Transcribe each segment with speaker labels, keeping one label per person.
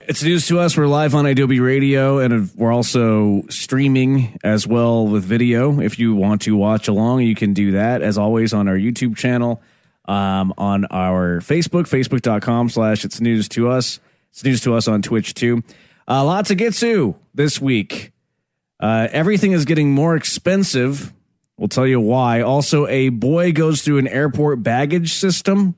Speaker 1: It's news to us. We're live on Adobe Radio, and we're also streaming as well with video. If you want to watch along, you can do that as always on our YouTube channel, um, on our Facebook, facebook.com slash it's news to us. It's news to us on Twitch too. Uh, lots to get to this week. Uh, everything is getting more expensive. We'll tell you why. Also, a boy goes through an airport baggage system.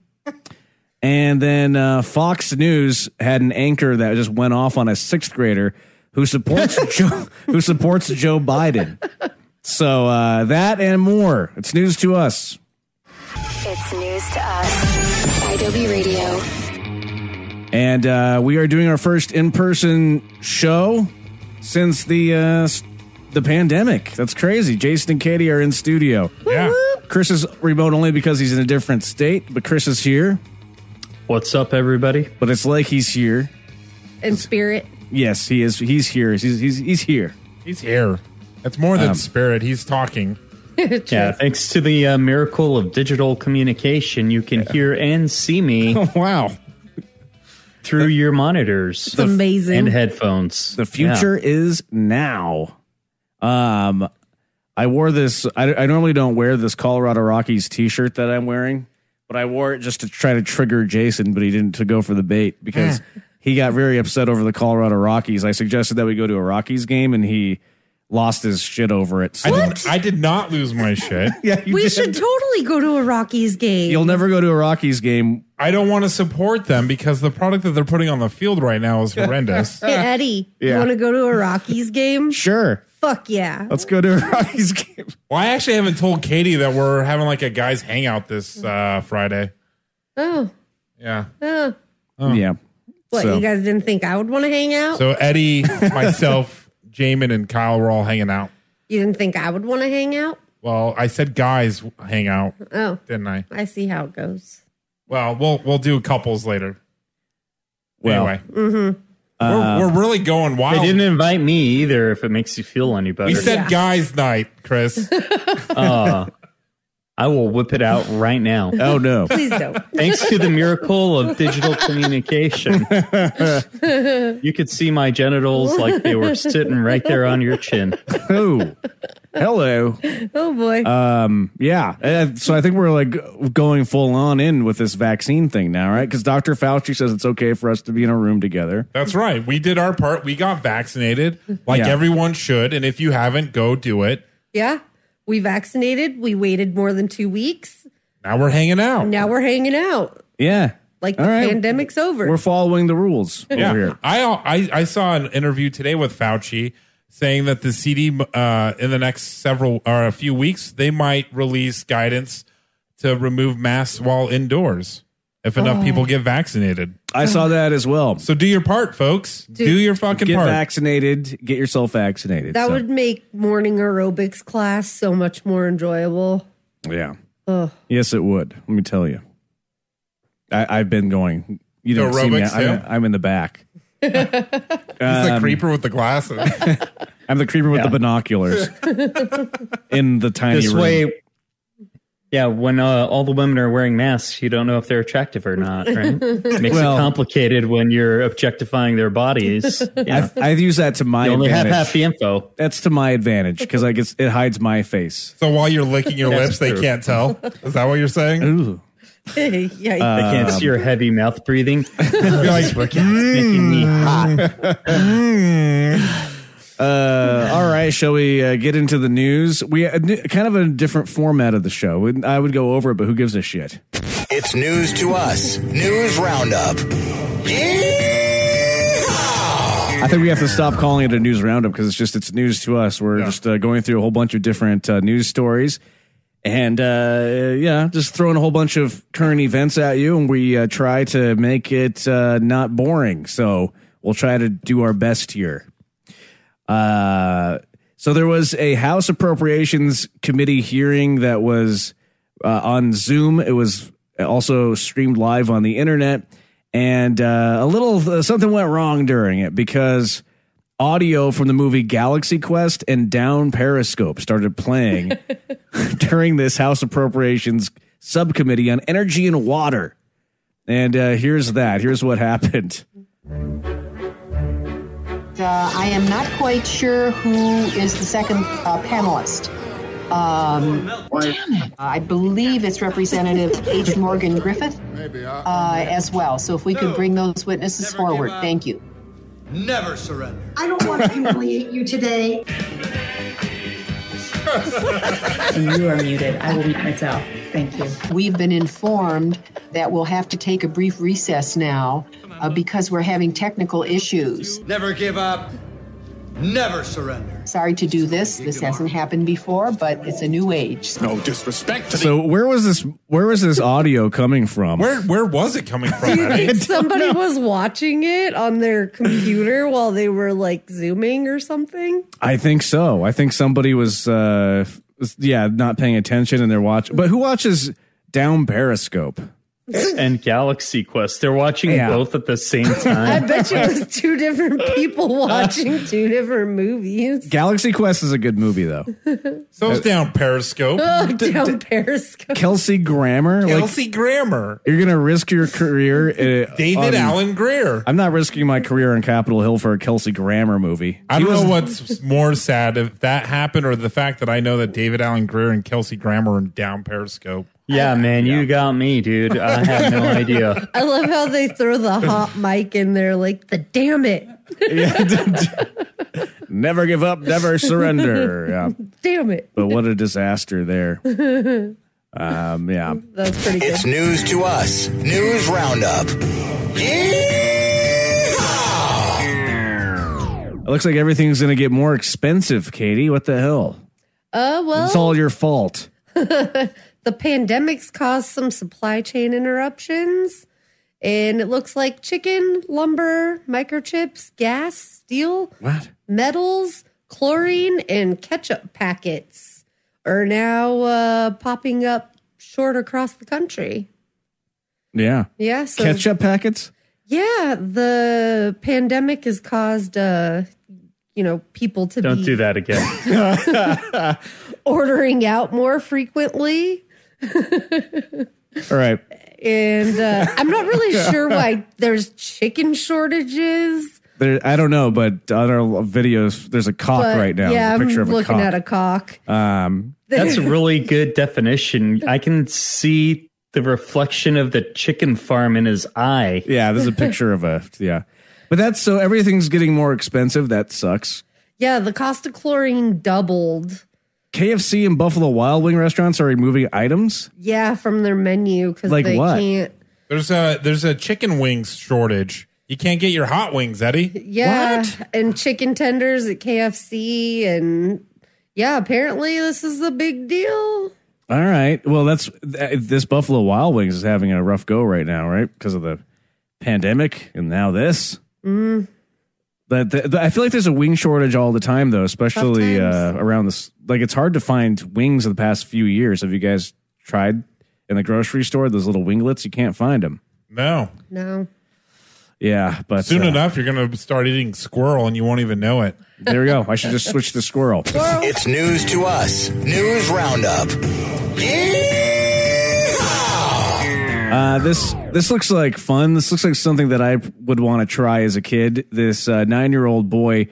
Speaker 1: And then uh, Fox News had an anchor that just went off on a sixth grader who supports Joe, who supports Joe Biden. So uh, that and more. It's news to us.
Speaker 2: It's news to us. Adobe Radio.
Speaker 1: And uh, we are doing our first in-person show since the uh, s- the pandemic. That's crazy. Jason and Katie are in studio.
Speaker 3: Yeah.
Speaker 1: Chris is remote only because he's in a different state, but Chris is here.
Speaker 4: What's up, everybody?
Speaker 1: But it's like he's here.
Speaker 5: in spirit.
Speaker 1: Yes, he is. He's here. He's he's he's here.
Speaker 3: He's here. It's more
Speaker 1: Um,
Speaker 3: than spirit. He's talking.
Speaker 4: Yeah, thanks to the uh, miracle of digital communication, you can hear and see
Speaker 3: Oh,
Speaker 4: me
Speaker 1: Wow.
Speaker 4: through your monitors
Speaker 5: It's amazing.
Speaker 4: and headphones.
Speaker 1: The future is now. Um, I wore this. I, I normally don't wear this Colorado Rockies T-shirt that I'm wearing, but I wore it just to try to trigger Jason, but he didn't to go for the bait because he got very upset over the Colorado Rockies. I suggested that we go to a Rockies game, and he lost his shit over it. So
Speaker 3: I did, I did not lose my shit.
Speaker 1: yeah, you
Speaker 5: we
Speaker 1: did.
Speaker 5: should totally go to a Rockies game.
Speaker 1: You'll never go to a Rockies game.
Speaker 3: I don't want to support them because the product that they're putting on the field right now is horrendous.
Speaker 5: Hey, Eddie,
Speaker 1: Yeah.
Speaker 5: you want to go to a Rockies game?
Speaker 1: Sure,
Speaker 5: Fuck yeah.
Speaker 1: let's go to a Rockies game.
Speaker 3: well, I actually haven't told Katie that we're having like a guys hangout this uh, Friday.
Speaker 5: Oh,
Speaker 3: Yeah.
Speaker 5: oh.
Speaker 1: Yeah.
Speaker 5: What,
Speaker 1: So-
Speaker 5: you guys didn't think I would want to hang out?
Speaker 3: So Eddie, myself, Jamin, and Kyle were all hanging out.
Speaker 5: you didn't think I would want to hang out?
Speaker 3: Well, I said guys hang out,
Speaker 5: Oh,
Speaker 3: didn't I?
Speaker 5: I see how it goes.
Speaker 3: Well, we'll we'll do couples later.
Speaker 1: Well, Uh,
Speaker 3: anyway, we're, we're really going
Speaker 4: They
Speaker 3: wild.
Speaker 4: didn't invite me either, if it makes you feel any better.
Speaker 3: we Oh. said guys night, Chris.
Speaker 4: Uh, I will whip it out right now.
Speaker 1: Oh no.
Speaker 5: Please don't.
Speaker 4: Thanks to the miracle of digital communication, you could see my genitals like they were sitting right there on your chin.
Speaker 1: oh. Hello.
Speaker 5: oh, boy.
Speaker 1: Um, yeah. Uh, So I think we're like going full on in with this vaccine thing now, right? Because Dr. Fauci says it's okay for us to be in a room together.
Speaker 3: That's right. We did our part. We got vaccinated like
Speaker 1: Yeah.
Speaker 3: everyone should. And if you haven't, go do it.
Speaker 5: yeah. We vaccinated. We waited more than two weeks.
Speaker 3: Now we're hanging out.
Speaker 5: Now we're hanging out.
Speaker 1: Yeah.
Speaker 5: Like
Speaker 1: All
Speaker 5: the
Speaker 1: right.
Speaker 5: pandemic's over.
Speaker 1: We're following the rules
Speaker 3: yeah.
Speaker 1: over here.
Speaker 3: I, I I saw an interview today with Fauci saying that the CD uh, in the next several or a few weeks they might release guidance to remove masks while indoors if enough people get vaccinated.
Speaker 1: I saw that as well.
Speaker 3: So do your part, folks. do your fucking
Speaker 1: Get
Speaker 3: part.
Speaker 1: vaccinated. Get yourself vaccinated.
Speaker 5: that
Speaker 1: So,
Speaker 5: would make morning aerobics class so much more enjoyable.
Speaker 1: yeah. Yes, it would. Let me tell you. I, I've been going. You don't see me.
Speaker 3: aerobics,
Speaker 1: I'm,
Speaker 3: too?
Speaker 1: I'm in the back.
Speaker 3: He's
Speaker 1: um,
Speaker 3: the creeper with the glasses.
Speaker 1: I'm the creeper with the binoculars in the tiny
Speaker 4: This
Speaker 1: room.
Speaker 4: way, yeah, when uh, all the women are wearing masks, you don't know if they're attractive or not, right? Makes
Speaker 1: Well-
Speaker 4: it complicated when you're objectifying their bodies. Yeah.
Speaker 1: I, I use that to my
Speaker 4: You only have
Speaker 1: advantage.
Speaker 4: half the info.
Speaker 1: That's to my advantage because I guess it hides my face.
Speaker 3: so while you're licking your
Speaker 4: That's
Speaker 3: lips, they
Speaker 4: true.
Speaker 3: can't tell. Is that what you're saying?
Speaker 1: Ooh.
Speaker 5: yeah.
Speaker 4: I can't
Speaker 1: Um,
Speaker 4: see your heavy mouth breathing.
Speaker 3: You're like,
Speaker 4: Making me hot.
Speaker 1: Uh, all right, shall we uh, get into the news? We a new- kind of a different format of the show. We- I would go over it, but who gives a shit?
Speaker 6: It's news to us. News Roundup. Yeehaw!
Speaker 1: I think we have to stop calling it a news roundup because it's just it's news to us. We're just uh, going through a whole bunch of different uh, news stories, and uh, yeah, just throwing a whole bunch of current events at you, and we uh, try to make it uh, not boring. So we'll try to do our best here. Uh, so there was a House Appropriations Committee hearing that was uh, on Zoom. It was also streamed live on the internet, and uh, a little uh, something went wrong during it because audio from the movie Galaxy Quest and Down Periscope started playing during this House Appropriations Subcommittee on Energy and Water. And uh, here's that. Here's what happened.
Speaker 7: uh, I am not quite sure who is the second uh, panelist. Um, damn it. I believe it's Representative H. Morgan Griffith
Speaker 8: Maybe I,
Speaker 7: uh, as well. So if we could bring those witnesses forward, thank you.
Speaker 9: Never surrender.
Speaker 10: I don't want to humiliate you today.
Speaker 11: You are muted. I will mute myself. Thank you.
Speaker 7: We've been informed that we'll have to take a brief recess now uh, because we're having technical issues.
Speaker 9: Never give up. Never surrender.
Speaker 7: Sorry to do this. This hasn't happened before, but it's a new age.
Speaker 6: No disrespect to the.
Speaker 1: So where was this? Where was this audio coming from?
Speaker 3: Where where was it coming from?
Speaker 5: Do you
Speaker 3: Eddie?
Speaker 5: think somebody was watching it on their computer while they were like zooming or something?
Speaker 1: I think so. I think somebody was, uh, was- yeah, not paying attention and they're watching. But who watches down Periscope?
Speaker 4: and Galaxy Quest. They're watching
Speaker 1: Yeah.
Speaker 4: both at the same
Speaker 5: I
Speaker 4: time.
Speaker 5: bet you it was two different people watching two different movies.
Speaker 1: Galaxy Quest is a good movie though.
Speaker 3: So it's down Periscope.
Speaker 5: Oh, down Periscope.
Speaker 1: Kelsey Grammer, like
Speaker 3: Kelsey Grammer.
Speaker 1: you're gonna risk your career. uh, on-
Speaker 3: David Allen Greer.
Speaker 1: I'm not risking my career on Capitol Hill for a Kelsey Grammer movie.
Speaker 3: I don't know what's more sad if that happened or the fact that I know that David Allen Greer and Kelsey Grammer are down Periscope.
Speaker 4: yeah, man, you got me, dude. I have no idea.
Speaker 5: I love how they throw the hot mic in there like the damn it.
Speaker 1: Never give up, never surrender. Yeah.
Speaker 5: Damn it.
Speaker 1: But what a disaster there. Um, yeah.
Speaker 5: That's pretty good.
Speaker 6: It's news to us. News Roundup. Yeehaw!
Speaker 1: It looks like everything's going to get more expensive, Katie. What the hell? It's
Speaker 5: Uh
Speaker 3: Oh.
Speaker 5: well
Speaker 1: all your fault.
Speaker 5: the pandemic's caused some supply chain interruptions. And it looks like chicken, lumber, microchips, gas, steel,
Speaker 1: What?
Speaker 5: metals, chlorine, and ketchup packets are now uh, popping up short across the country.
Speaker 1: Yeah.
Speaker 5: Yeah, so
Speaker 1: Ketchup packets?
Speaker 5: yeah, the pandemic has caused uh, you know people to
Speaker 4: Don't
Speaker 5: be
Speaker 4: do that again.
Speaker 5: ordering out more frequently.
Speaker 1: All right.
Speaker 5: and uh, I'm not really sure why there's chicken shortages.
Speaker 1: There, I don't know, but on our videos, there's a cock
Speaker 5: But
Speaker 1: right now.
Speaker 5: yeah,
Speaker 1: a picture
Speaker 5: I'm
Speaker 1: of a
Speaker 5: looking
Speaker 1: cock.
Speaker 5: at a cock.
Speaker 1: um,
Speaker 4: That's a really good definition. I can see the reflection of the chicken farm in his eye.
Speaker 1: yeah, there's a picture of a, yeah. But that's so everything's getting more expensive. That sucks.
Speaker 5: yeah, the cost of chlorine doubled.
Speaker 1: KFC and Buffalo Wild Wing restaurants are removing items.
Speaker 5: Yeah, from their menu because
Speaker 1: Like
Speaker 5: they
Speaker 1: what?
Speaker 5: can't.
Speaker 3: There's a there's a chicken wings shortage. You can't get your hot wings, Eddie.
Speaker 5: Yeah, and chicken tenders at KFC, and yeah, apparently this is a big deal.
Speaker 1: All right. Well, that's th- this Buffalo Wild Wings is having a rough go right now, right? Because of the pandemic and now this. But the, the- I feel like there's a wing shortage all the time, though, especially uh,
Speaker 5: times.
Speaker 1: around this. Like it's hard to find wings of the past few years. Have you guys tried in the grocery store those little winglets? You can't find them.
Speaker 3: No.
Speaker 5: No,
Speaker 1: Yeah, but
Speaker 3: Soon
Speaker 1: uh,
Speaker 3: enough, you're gonna start eating squirrel and you won't even know it.
Speaker 1: there we go. I should just switch to squirrel.
Speaker 6: It's news to us. News Roundup. Yeehaw!
Speaker 1: Uh, this this looks like fun. This looks like something that I would want to try as a kid. This uh, nine year old boy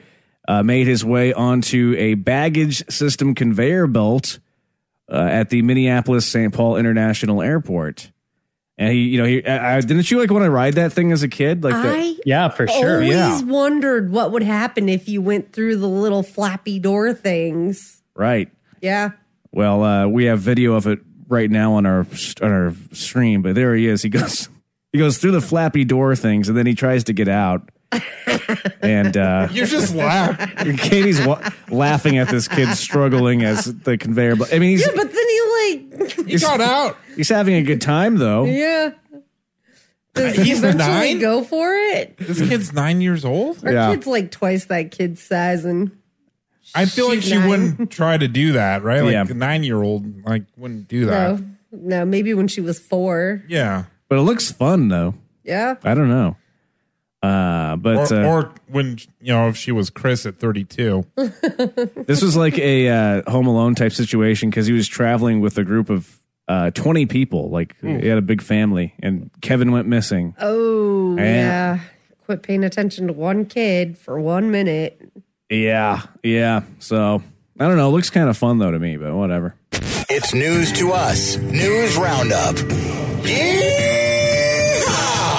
Speaker 1: uh, made his way onto a baggage system conveyor belt uh, at the Minneapolis St. Paul International Airport. And he, you know, he I, I- didn't you like want to ride that thing as a kid? Like, the,
Speaker 5: I
Speaker 4: Yeah, for sure.
Speaker 5: always
Speaker 4: yeah.
Speaker 5: wondered what would happen if you went through the little flappy door things.
Speaker 1: right?
Speaker 5: Yeah,
Speaker 1: Well, uh, we have video of it right now on our on our stream, but there he is. He goes he goes through the flappy door things, and then he tries to get out. and uh,
Speaker 3: You just laugh.
Speaker 1: Katie's wa- laughing at this kid struggling as the conveyor. But I mean, he's
Speaker 5: yeah, but then you like
Speaker 3: You got out.
Speaker 1: he's having a good time though.
Speaker 5: Yeah. Does
Speaker 3: He's
Speaker 5: he eventually
Speaker 3: nine?
Speaker 5: go for it?
Speaker 3: This kid's nine years old.
Speaker 5: Our
Speaker 1: Yeah.
Speaker 5: kid's like twice that kid's size and
Speaker 3: I feel like
Speaker 5: She's
Speaker 3: she
Speaker 5: nine.
Speaker 3: wouldn't try to do that, right? Like
Speaker 1: Yeah.
Speaker 3: a nine year old like wouldn't do that.
Speaker 5: no. oh, No, maybe when she was four.
Speaker 3: Yeah.
Speaker 1: But it looks fun though.
Speaker 5: Yeah.
Speaker 1: I don't know. Uh, but
Speaker 3: or,
Speaker 1: uh,
Speaker 3: or when you know if she was Chris at 32.
Speaker 1: this was like a uh, Home Alone type situation because he was traveling with a group of uh, twenty people. Like he had a big family, and Kevin went missing.
Speaker 5: Hmm. Oh
Speaker 1: Yeah.
Speaker 5: yeah. quit paying attention to one kid for one minute.
Speaker 1: Yeah, yeah. So I don't know. It looks kind of fun though to me, but whatever.
Speaker 6: It's news to us. News Roundup.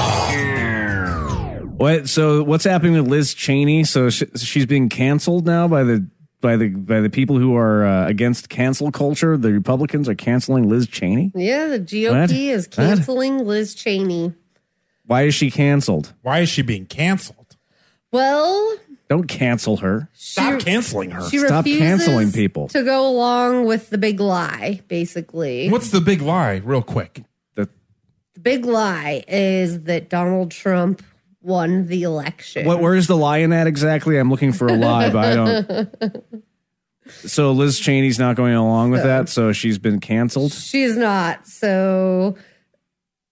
Speaker 6: Yeehaw!
Speaker 1: What? So what's happening with Liz Cheney? So sh- she's being canceled now by the by the by the people who are uh, against cancel culture. The Republicans are canceling Liz Cheney.
Speaker 5: Yeah, the
Speaker 1: What?
Speaker 5: GOP is
Speaker 1: What?
Speaker 5: canceling Liz Cheney.
Speaker 1: Why is she canceled?
Speaker 3: Why is she being canceled?
Speaker 5: Well,
Speaker 1: Don't cancel her.
Speaker 3: Stop canceling her.
Speaker 5: she
Speaker 1: Stop
Speaker 5: refuses
Speaker 1: canceling people.
Speaker 5: to go along with the big lie. Basically,
Speaker 3: What's the big lie, real quick?
Speaker 1: The,
Speaker 5: the big lie is that Donald Trump won the election.
Speaker 1: what? Where's the lie in that exactly? I'm looking for a lie, but I don't. So Liz Cheney's not going along with that, so she's been canceled.
Speaker 5: She's not. So,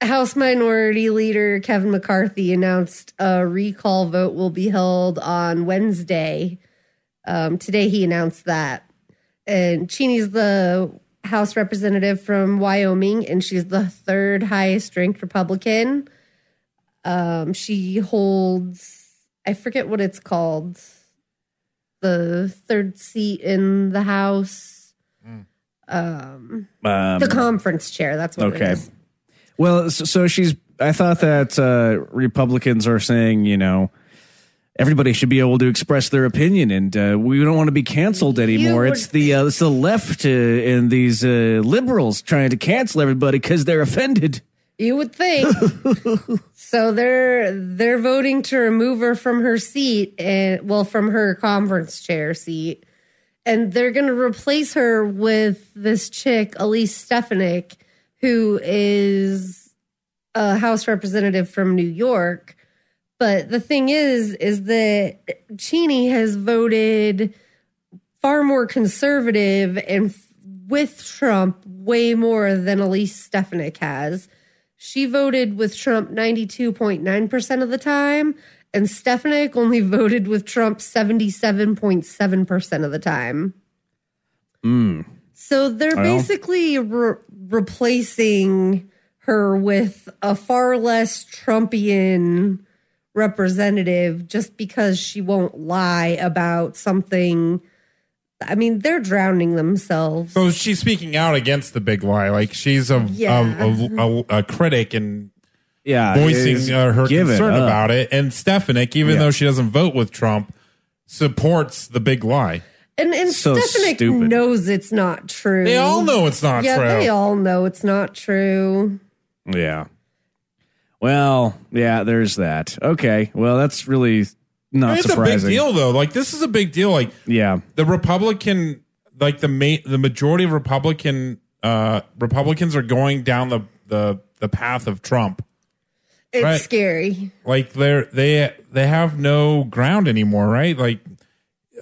Speaker 5: House Minority Leader Kevin McCarthy announced a recall vote will be held on Wednesday. Um, today, he announced that. And Cheney's the House representative from Wyoming, and she's the third highest ranked Republican. Um, she holds, I forget what it's called, the third seat in the House. Um,
Speaker 1: Um,
Speaker 5: the conference chair. That's what
Speaker 1: Okay.
Speaker 5: it is.
Speaker 1: Well, so, so she's. I thought that uh, Republicans are saying, you know, everybody should be able to express their opinion, and uh, we don't want to be canceled anymore.
Speaker 5: would-
Speaker 1: It's the uh, it's the left uh, and these uh, liberals trying to cancel everybody because they're offended.
Speaker 5: You would think. so they're they're voting to remove her from her seat and well from her conference chair seat. And they're gonna replace her with this chick, Elise Stefanik, who is a House representative from New York. But the thing is, is that Cheney has voted far more conservative and f- with Trump way more than Elise Stefanik has. She voted with Trump 92.9% of the time, and Stefanik only voted with Trump 77.7% of the time. So they're
Speaker 1: Well.
Speaker 5: basically re- replacing her with a far less Trumpian representative just because she won't lie about something. I mean, they're drowning themselves.
Speaker 3: So she's speaking out against the big lie. Like she's a
Speaker 5: Yeah.
Speaker 3: a, a, a, a critic and
Speaker 1: Yeah, it's-
Speaker 3: voicing uh, her
Speaker 1: give it
Speaker 3: concern
Speaker 1: up.
Speaker 3: about it. And Stefanik, even
Speaker 1: Yeah.
Speaker 3: though she doesn't vote with Trump, supports the big lie.
Speaker 5: And and
Speaker 1: So
Speaker 5: Stefanik
Speaker 1: stupid.
Speaker 5: knows it's not true.
Speaker 3: They all know it's not
Speaker 5: yeah,
Speaker 3: true.
Speaker 5: they all know it's not true.
Speaker 1: Yeah. Well, yeah, there's that. Okay. Well, that's really not
Speaker 3: it's
Speaker 1: surprising.
Speaker 3: a big deal though. Like this is a big deal. Like
Speaker 1: Yeah.
Speaker 3: the Republican, like the ma- the majority of Republican uh, Republicans are going down the the the path of Trump.
Speaker 5: It's
Speaker 3: Right.
Speaker 5: scary.
Speaker 3: Like they're they they have no ground anymore, right? Like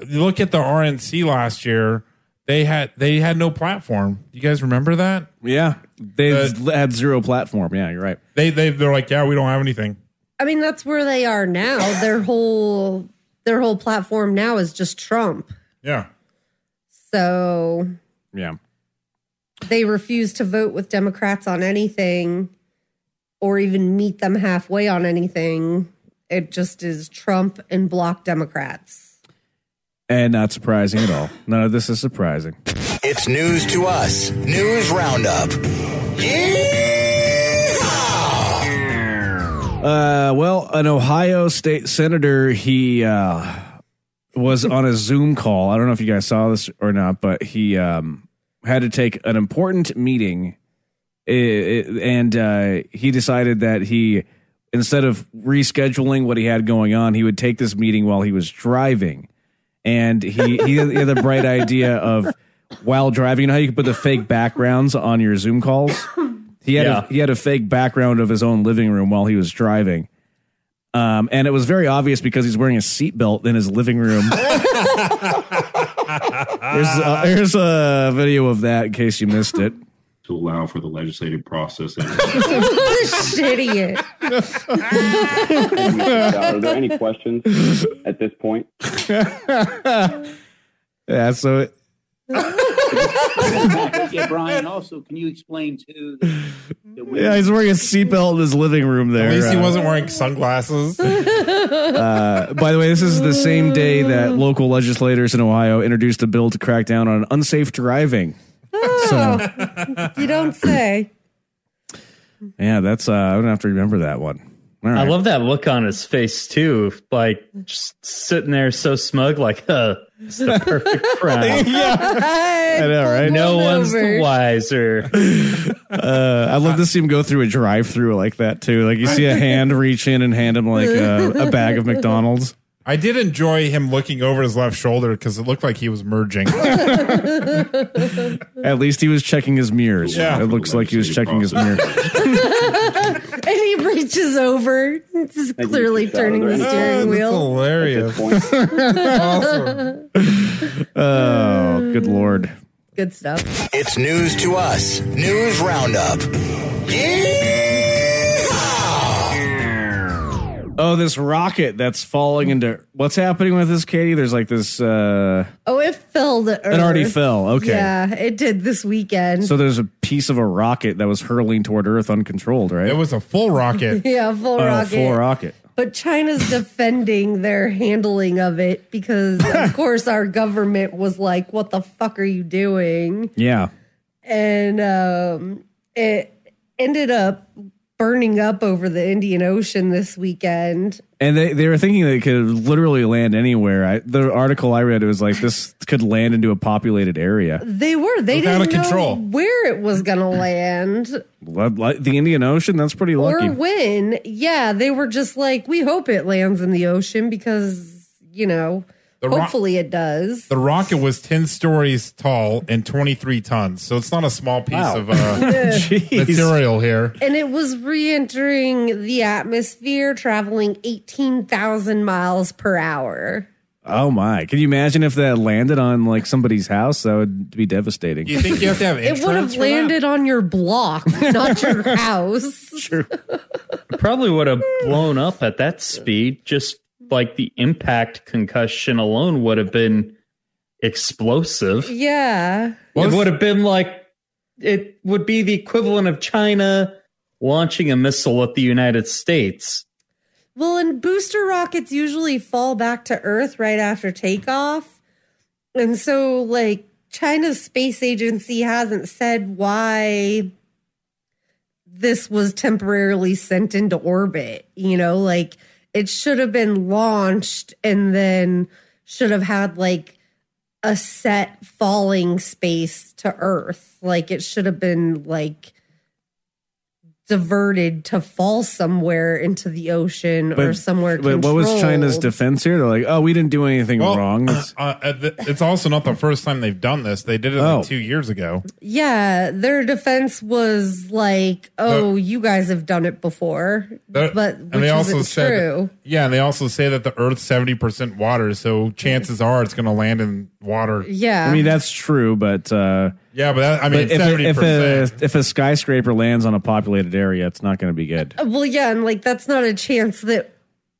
Speaker 3: you look at the RNC last year. They had they had no platform. You guys remember that?
Speaker 1: Yeah. They
Speaker 3: Uh,
Speaker 1: had zero platform. Yeah, you're right.
Speaker 3: They they they're like, yeah, we don't have anything.
Speaker 5: I mean, that's where they are now. Their whole their whole platform now is just Trump.
Speaker 3: Yeah.
Speaker 5: So
Speaker 1: Yeah.
Speaker 5: they refuse to vote with Democrats on anything or even meet them halfway on anything. It just is Trump and block Democrats.
Speaker 1: And not surprising at all. None of this is surprising.
Speaker 6: It's news to us. News Roundup. Yeehaw!
Speaker 1: Uh, well, an Ohio state senator, he uh, was on a Zoom call. I don't know if you guys saw this or not, but he um, had to take an important meeting. I- I- eh, and uh, he decided that he, instead of rescheduling what he had going on, he would take this meeting while he was driving. And he, he had he had the bright idea of while driving, you know how you can put the fake backgrounds on your Zoom calls? He had,
Speaker 4: Yeah.
Speaker 1: a, he had a fake background of his own living room while he was driving. Um, and it was very obvious because he's wearing a seatbelt in his living room. There's a, there's a video of that in case you missed it.
Speaker 8: to allow for the legislative process. And
Speaker 5: Idiot.
Speaker 8: are there any questions at this point?
Speaker 1: Yeah, so it,
Speaker 12: yeah, Brian. Also, can you explain too? The, the
Speaker 1: Yeah, he's wearing a seatbelt in his living room there.
Speaker 3: At least he
Speaker 1: uh,
Speaker 3: wasn't wearing sunglasses.
Speaker 1: Uh, by the way, this is the same day that local legislators in Ohio introduced a bill to crack down on unsafe driving. So,
Speaker 5: you don't say.
Speaker 1: yeah, that's uh, I'm gonna have to remember that one. All
Speaker 4: I
Speaker 1: right.
Speaker 4: love that look on his face too, like just sitting there so smug, like, "Huh, it's the perfect crime."
Speaker 5: I
Speaker 4: No one's the wiser.
Speaker 1: Uh, I'd love to see him go through a drive-through like that too. Like you see a hand reach in and hand him like uh, a, a bag of McDonald's.
Speaker 3: I did enjoy him looking over his left shoulder because it looked like he was merging.
Speaker 1: At least he was checking his mirrors.
Speaker 3: Yeah.
Speaker 1: It looks like he was checking his mirror.
Speaker 5: and he reaches over, just clearly turning the steering wheel.
Speaker 3: hilarious.
Speaker 1: Oh, good lord.
Speaker 5: Good stuff.
Speaker 6: It's news to us. News Roundup.
Speaker 1: Oh, this rocket that's falling into what's happening with this, Katie? There's like this uh
Speaker 5: Oh, it fell to earth.
Speaker 1: It already fell, okay.
Speaker 5: Yeah, it did this weekend.
Speaker 1: so there's a piece of a rocket that was hurling toward Earth uncontrolled, right?
Speaker 3: It was a full rocket.
Speaker 5: yeah, full
Speaker 1: Oh,
Speaker 5: rocket.
Speaker 1: full rocket.
Speaker 5: But China's defending their handling of it because, of course, our government was like, "What the fuck are you doing?"
Speaker 1: Yeah.
Speaker 5: And um, it ended up burning up over the Indian Ocean this weekend.
Speaker 1: And they, they were thinking that it could literally land anywhere. I, the article I read it was like this could land into a populated area.
Speaker 5: They were they
Speaker 1: Without
Speaker 5: didn't
Speaker 1: a control.
Speaker 5: know where it was going to land
Speaker 1: Lo- lo- The Indian Ocean, that's pretty lucky.
Speaker 5: or when. Yeah, they were just like, "We hope it lands in the ocean because you know,
Speaker 3: The ro-
Speaker 5: hopefully it does."
Speaker 3: The rocket was 10 stories tall and 23 tons. So it's not a small piece of uh, material here.
Speaker 5: And it was re entering the atmosphere, traveling 18,000 miles per hour.
Speaker 1: Oh my. Can you imagine if that landed on like somebody's house? That would be devastating.
Speaker 3: You think you have to have
Speaker 5: It would have
Speaker 3: insurance? for that?
Speaker 5: landed on your block, not your house.
Speaker 4: Probably would have blown up at that speed. Just like the impact concussion alone would have been explosive.
Speaker 5: Yeah.
Speaker 4: it would have been like it would be the equivalent of China launching a missile at the United States.
Speaker 5: Well, and booster rockets usually fall back to Earth right after takeoff. And so, like, China's space agency hasn't said why this was temporarily sent into orbit. You know, like, it should have been launched and then should have had, like, a set falling space to Earth. Like, it should have been, like, diverted to fall somewhere into the ocean or somewhere.
Speaker 1: but what was China's
Speaker 5: controlled.
Speaker 1: defense here? They're like, oh, we didn't do anything
Speaker 3: Well,
Speaker 1: wrong.
Speaker 3: Uh,
Speaker 1: It's-
Speaker 3: uh, th- it's also not the first time they've done this. They did it like two years ago.
Speaker 5: Yeah, their defense was like, "Oh, you guys have done it before,"
Speaker 3: They're-
Speaker 5: but
Speaker 3: and
Speaker 5: which
Speaker 3: they also
Speaker 5: isn't
Speaker 3: said,
Speaker 5: true.
Speaker 3: yeah, and they also say that the Earth's seventy percent water, so chances are it's going to land in water.
Speaker 5: Yeah.
Speaker 1: I mean, that's true, but. Uh,
Speaker 3: yeah, but that, I mean,
Speaker 1: but if, a,
Speaker 3: seventy
Speaker 1: if,
Speaker 3: percent.
Speaker 1: a, if a skyscraper lands on a populated area, it's not going to be good.
Speaker 5: well, yeah, and like that's not a chance that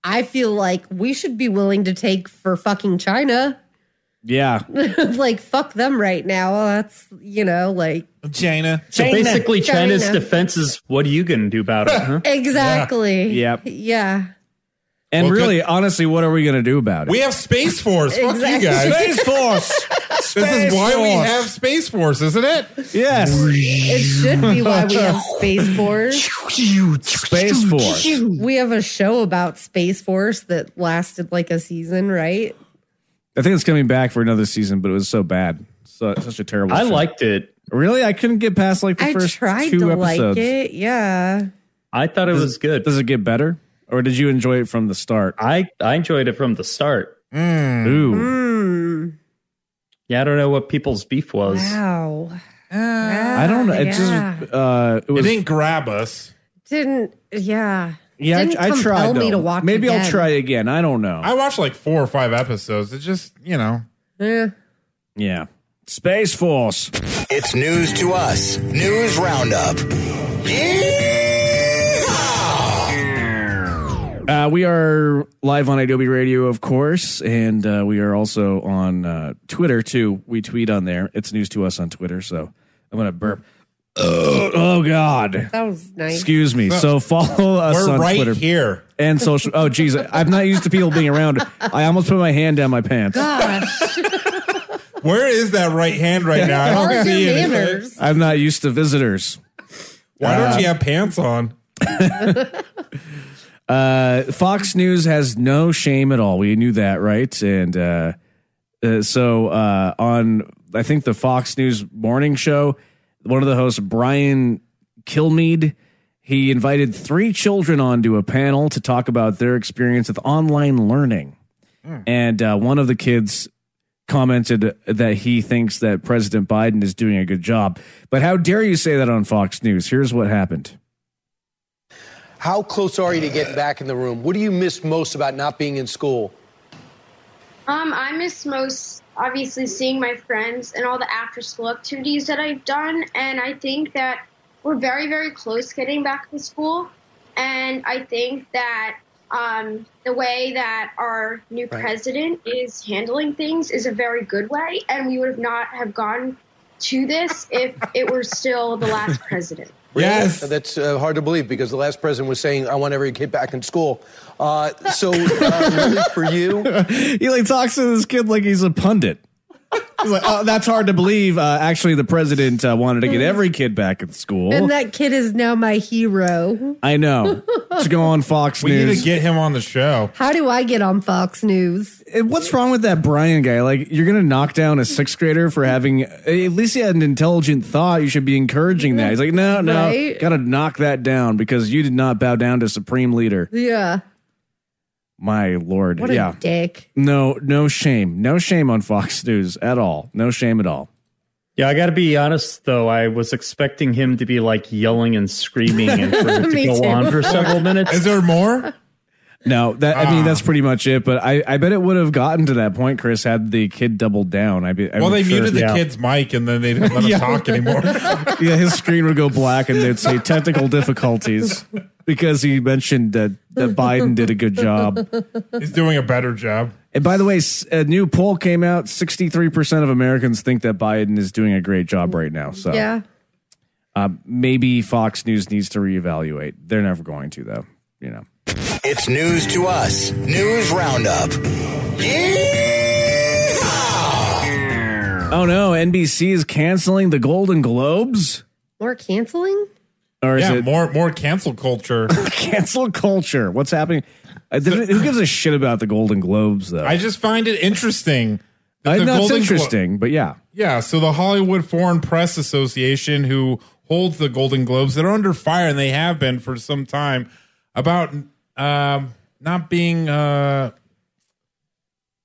Speaker 5: I feel like we should be willing to take for fucking China.
Speaker 1: Yeah.
Speaker 5: like fuck them right now. That's you know like
Speaker 3: China.
Speaker 4: So
Speaker 5: China.
Speaker 4: basically, China's
Speaker 5: China.
Speaker 4: defense is what are you going to do about it? Huh?
Speaker 5: exactly.
Speaker 1: Yeah. Yep.
Speaker 5: Yeah.
Speaker 1: And really, honestly, what are we going to do about it?
Speaker 3: we have Space Force. Fuck you
Speaker 5: Exactly.
Speaker 3: guys.
Speaker 5: Space
Speaker 1: Force.
Speaker 3: this
Speaker 1: Space
Speaker 3: is why we
Speaker 1: Force.
Speaker 3: have Space Force, isn't it?
Speaker 1: Yes.
Speaker 5: It should be why we have Space Force.
Speaker 1: Space Force.
Speaker 5: We have a show about Space Force that lasted like a season, right?
Speaker 1: I think it's coming back for another season, but it was so bad. So, such a terrible
Speaker 4: I
Speaker 1: show.
Speaker 4: liked it.
Speaker 1: Really? I couldn't get past like the
Speaker 5: I
Speaker 1: first
Speaker 5: tried
Speaker 1: two
Speaker 5: to
Speaker 1: episodes.
Speaker 5: like it. Yeah.
Speaker 4: I thought it was good.
Speaker 1: Does it get better? Or did you enjoy it from the start?
Speaker 4: I I enjoyed it from the start.
Speaker 1: Ooh.
Speaker 5: Mm,
Speaker 4: Yeah, I don't know what people's beef was.
Speaker 5: wow.
Speaker 1: I don't know. It
Speaker 5: Uh, Yeah.
Speaker 1: just uh it
Speaker 3: It
Speaker 1: was
Speaker 3: didn't grab us.
Speaker 5: Didn't. Yeah.
Speaker 1: Yeah, I,
Speaker 5: Didn't
Speaker 1: I
Speaker 5: compel
Speaker 1: tried
Speaker 5: me
Speaker 1: though.
Speaker 5: to watch.
Speaker 1: Maybe I'll
Speaker 5: again.
Speaker 1: try again. I don't know.
Speaker 3: I watched like four or five episodes. It just, you know,
Speaker 5: Eh.
Speaker 1: yeah. Space Force.
Speaker 6: It's news to us. News Roundup.
Speaker 1: Uh, we are live on Adobe Radio, of course, and uh, we are also on uh, Twitter too. We tweet on there. It's news to us on Twitter. So I'm gonna burp. Ugh. oh God!
Speaker 5: That was nice.
Speaker 1: Excuse me. So follow us
Speaker 3: We're
Speaker 1: on
Speaker 3: right
Speaker 1: Twitter
Speaker 3: here
Speaker 1: and social. Oh, geez, I'm not used to people being around. I almost put my hand down my pants.
Speaker 5: Gosh,
Speaker 3: Where is that right hand right now? I
Speaker 5: Where are
Speaker 3: don't see
Speaker 5: your
Speaker 3: it.
Speaker 5: manners?
Speaker 1: I'm not used to visitors.
Speaker 3: Why don't you have pants on?
Speaker 1: Uh, Fox News has no shame at all. We knew that, right? And uh, uh, so uh, on, I think the Fox News morning show, one of the hosts, Brian Kilmeade, he invited three children onto a panel to talk about their experience with online learning. And uh, one of the kids commented that he thinks that President Biden is doing a good job. But how dare you say that on Fox News? Here's what happened.
Speaker 13: How close are you to getting back in the room? What do you miss most about not being in school?
Speaker 10: Um, I miss most obviously seeing my friends and all the after school activities that I've done, and I think that we're very, very close getting back to school. And I think that um, the way that our new
Speaker 14: Right.
Speaker 10: president is handling things is a very good way, and we would have not have gone to this if it were still the last president.
Speaker 13: Yes. That's uh, hard to believe because the last president was saying, I want every kid back in school. Uh, so, uh, really for you,
Speaker 1: he like talks to this kid like he's a pundit. He's like, oh, that's hard to believe. Uh, actually, the president uh, wanted to get every kid back in school.
Speaker 5: and that kid is now my hero.
Speaker 1: I know. To go on Fox
Speaker 3: We
Speaker 1: News.
Speaker 3: need to get him on the show.
Speaker 5: How do I get on Fox News?
Speaker 1: Eh, What's wrong with that Brian guy? Like, you're gonna knock down a sixth grader for having eh, at least he had an intelligent thought. You should be encouraging that. He's like, no, no,
Speaker 5: Right.
Speaker 1: gotta knock that down because you did not bow down to supreme leader.
Speaker 5: Yeah,
Speaker 1: My lord,
Speaker 5: what
Speaker 1: yeah,
Speaker 5: a dick.
Speaker 1: no, no shame, no shame on Fox News at all. No shame at all.
Speaker 4: Yeah, I got to be honest though. I was expecting him to be like yelling and screaming and for it to
Speaker 1: Me
Speaker 4: go
Speaker 1: too.
Speaker 4: on for several minutes.
Speaker 3: Is there more?
Speaker 1: No, that I mean
Speaker 3: Ah.
Speaker 1: that's pretty much it. But I, I bet it would have gotten to that point, Chris, had the kid doubled down. I be, I'm
Speaker 3: well, they
Speaker 1: sure-
Speaker 3: muted the kid's mic and then they didn't let him
Speaker 1: Yeah.
Speaker 3: talk anymore.
Speaker 1: yeah, his screen would go black and they'd say technical difficulties because he mentioned that, that Biden did a good job.
Speaker 3: He's doing a better job.
Speaker 1: And by the way, s- a new poll came out 63% of Americans think that Biden is doing a great job right now. So
Speaker 5: Yeah,
Speaker 1: uh, maybe Fox News needs to reevaluate. They're never going to, though, you know.
Speaker 6: It's news to us. News Roundup.
Speaker 1: Oh no, NBC is canceling the Golden Globes?
Speaker 5: we're canceling.
Speaker 1: Or is
Speaker 3: yeah,
Speaker 1: it
Speaker 3: more more cancel culture.
Speaker 1: cancel culture? What's happening? Uh, th- who gives a shit about the Golden Globes, though?
Speaker 3: I just find it interesting. that
Speaker 1: I
Speaker 3: the
Speaker 1: know it's
Speaker 3: Golden Glo-
Speaker 1: interesting, but yeah.
Speaker 3: Yeah, so the Hollywood Foreign Press Association, who holds the Golden Globes, they're under fire, and they have been for some time about um, not being uh,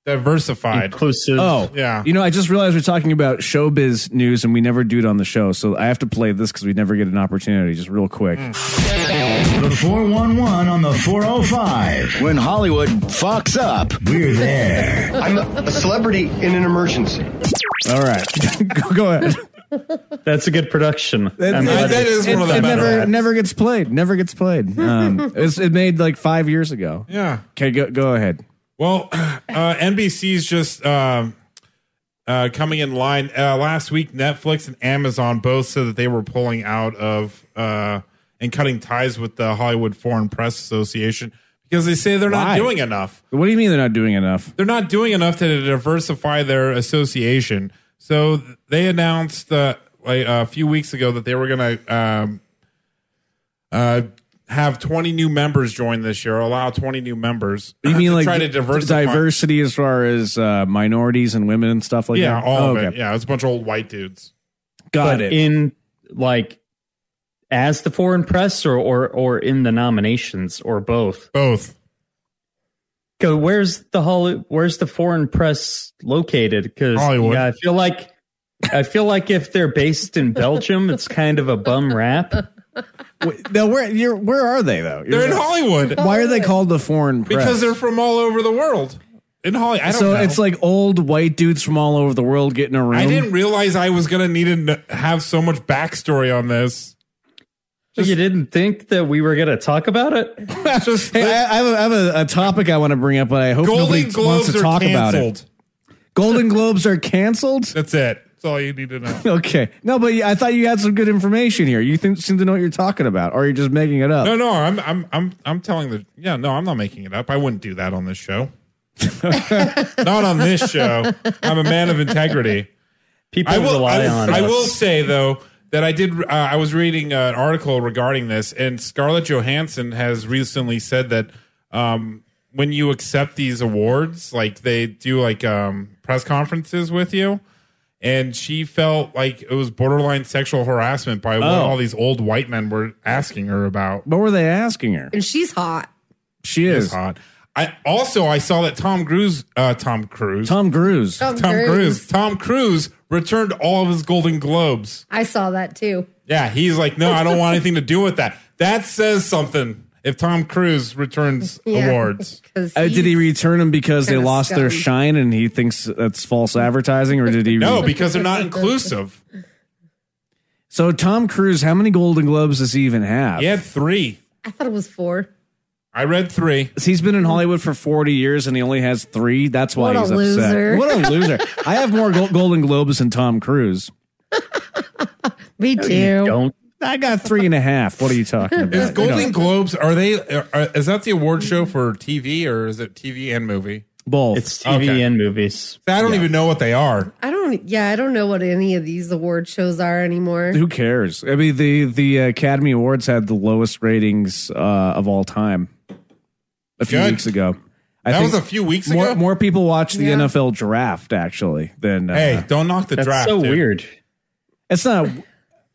Speaker 3: diversified,
Speaker 4: inclusive.
Speaker 1: Oh,
Speaker 3: yeah.
Speaker 1: You know, I just realized we're talking about showbiz news and we never do it on the show. So I have to play this because we never get an opportunity, just real quick.
Speaker 3: Mm.
Speaker 15: The 411 on the 405. When Hollywood fucks up, we're there.
Speaker 13: I'm a celebrity in an emergency.
Speaker 1: All right. go, go ahead.
Speaker 4: That's a good production. I'm glad they-
Speaker 1: it, it
Speaker 4: better
Speaker 1: never,
Speaker 4: ones.
Speaker 1: never gets played. Never gets played. Um, it, was, it made like five years ago.
Speaker 3: Yeah.
Speaker 1: Okay, go, go ahead.
Speaker 3: Well, uh, NBC's just um uh, coming in line. Uh, last week, Netflix and Amazon both said that they were pulling out of uh, and cutting ties with the Hollywood Foreign Press Association because they say they're
Speaker 1: Why?
Speaker 3: not doing enough.
Speaker 1: What do you mean they're not doing enough?
Speaker 3: They're not doing enough to diversify their association. So th- they announced uh, like a few weeks ago that they were going to um, uh, have 20 new members join this year, allow 20 new members.
Speaker 1: You mean
Speaker 3: to
Speaker 1: like
Speaker 3: try to
Speaker 1: d-
Speaker 3: diversify?
Speaker 1: diversity as far as uh, minorities and women and stuff like
Speaker 3: yeah,
Speaker 1: that?
Speaker 3: all
Speaker 1: Oh,
Speaker 3: of it.
Speaker 1: okay.
Speaker 3: Yeah, it's a bunch of old white dudes.
Speaker 1: Got
Speaker 4: but
Speaker 1: it.
Speaker 4: In like as the foreign press or or or in the nominations or both.
Speaker 3: Both.
Speaker 4: Go. Where's the Holly? Where's the foreign press located? Because
Speaker 3: Hollywood.
Speaker 4: I feel like I feel like if they're based in Belgium, it's kind of a bum rap.
Speaker 1: Wait, no, where you're, where are they though?
Speaker 3: They're in Hollywood.
Speaker 1: Why are they called the foreign press?
Speaker 3: Because they're from all over the world. In Holly, I don't
Speaker 1: so
Speaker 3: know.
Speaker 1: it's like old white dudes from all over the world getting around.
Speaker 3: I didn't realize I was going to need to kn- have so much backstory on this.
Speaker 4: you didn't think that we were going to talk about it?
Speaker 1: Just, hey, I, I have, a, I have a, a topic I want to bring up, but I hope
Speaker 3: Golden
Speaker 1: nobody wants
Speaker 3: Globes
Speaker 1: to
Speaker 3: are
Speaker 1: talk about it.
Speaker 3: canceled.
Speaker 1: Golden Globes are canceled.
Speaker 3: That's it. That's all you need to know.
Speaker 1: Okay, no, but I thought you had some good information here. You think, seem to know what you're talking about, or you're just making it up.
Speaker 3: No, no, I'm, I'm, I'm, I'm telling the. Yeah, no, I'm not making it up. I wouldn't do that on this show. not on this show. I'm a man of integrity.
Speaker 4: People
Speaker 3: I will,
Speaker 4: rely
Speaker 3: I will,
Speaker 4: on
Speaker 3: I will
Speaker 4: us.
Speaker 3: say though that I did. Uh, I was reading uh, an article regarding this, and Scarlett Johansson has recently said that um, when you accept these awards, like they do, like um, press conferences with you. And she felt like it was borderline sexual harassment by what
Speaker 1: Oh.
Speaker 3: all these old white men were asking her about.
Speaker 1: What were they asking her?
Speaker 5: And she's hot.
Speaker 1: She is.
Speaker 3: hot. I also I saw that Tom Cruise, uh, Tom Cruise,
Speaker 1: Tom Cruise,
Speaker 5: Tom
Speaker 3: Cruise.
Speaker 5: Cruise.
Speaker 3: Tom Cruise returned all of his Golden Globes.
Speaker 5: I saw that too.
Speaker 3: Yeah, he's like, no, I don't want anything to do with that. That says something. If Tom Cruise returns
Speaker 5: Yeah.
Speaker 3: awards,
Speaker 1: Uh, did he return them because they
Speaker 3: kinda
Speaker 1: lost their
Speaker 3: scum.
Speaker 1: shine and he thinks that's false advertising, or did he?
Speaker 3: no, because they're not inclusive.
Speaker 1: So Tom Cruise, how many Golden Globes does he even have?
Speaker 3: He had three.
Speaker 5: I thought it was four.
Speaker 3: I read three.
Speaker 1: He's been in Hollywood for 40 years and he only has three. That's why
Speaker 5: What a
Speaker 1: he's upset.
Speaker 5: loser.
Speaker 1: What a loser. I have more Gol- Golden Globes than Tom Cruise.
Speaker 5: Me too.
Speaker 4: Don't.
Speaker 1: I got three and a half. What are you talking about?
Speaker 3: Is
Speaker 1: You
Speaker 3: Golden
Speaker 1: know,
Speaker 3: Globes are they? Are, are- is that the award show for TV or is it TV and movie?
Speaker 1: both.
Speaker 4: It's TV
Speaker 3: Okay.
Speaker 4: and movies.
Speaker 3: I don't even know what they are.
Speaker 5: I don't. Yeah, I don't know what any of these award shows are anymore.
Speaker 1: Who cares? I mean, the the Academy Awards had the lowest ratings uh, of all time a few
Speaker 3: Good.
Speaker 1: weeks ago. I
Speaker 3: that
Speaker 1: think
Speaker 3: was a few weeks
Speaker 1: more,
Speaker 3: ago.
Speaker 1: More people watch the
Speaker 5: Yeah.
Speaker 1: NFL draft actually than uh,
Speaker 3: hey, don't knock the
Speaker 4: That's
Speaker 3: draft.
Speaker 4: so
Speaker 3: dude.
Speaker 4: weird.
Speaker 1: It's not.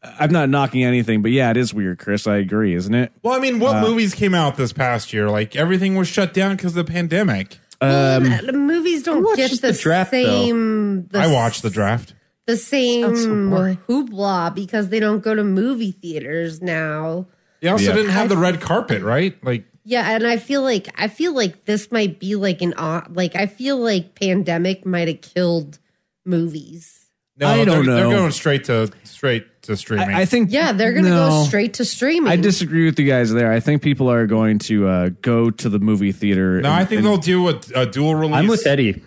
Speaker 1: I'm not knocking anything, but yeah, it is weird, Chris. I agree, isn't it?
Speaker 3: Well, I mean, what
Speaker 1: Uh,
Speaker 3: movies came out this past year? Like everything was shut down because of the pandemic.
Speaker 5: Well,
Speaker 1: Um,
Speaker 5: and, uh, movies don't get
Speaker 4: watches
Speaker 5: the,
Speaker 4: the draft, though.
Speaker 5: same. The,
Speaker 3: I watched the draft.
Speaker 5: the
Speaker 1: Oh,
Speaker 5: same
Speaker 4: Sounds so boring.
Speaker 5: hoopla because they don't go to movie theaters now.
Speaker 3: They also
Speaker 1: Yeah.
Speaker 3: didn't have the red carpet, right? Like
Speaker 5: Yeah, and I feel like I feel like this might be like an au- like I feel like pandemic might have killed movies.
Speaker 3: no,
Speaker 1: I don't
Speaker 3: they're,
Speaker 1: know.
Speaker 3: They're going straight to straight to streaming.
Speaker 1: I, I think
Speaker 5: Yeah, they're gonna go
Speaker 1: no.
Speaker 5: straight to streaming.
Speaker 1: I disagree with you guys there. I think people are going to uh, go to the movie theater.
Speaker 3: no,
Speaker 1: and-
Speaker 3: I think
Speaker 1: and-
Speaker 3: they'll do a, a dual release.
Speaker 4: I'm with Eddie.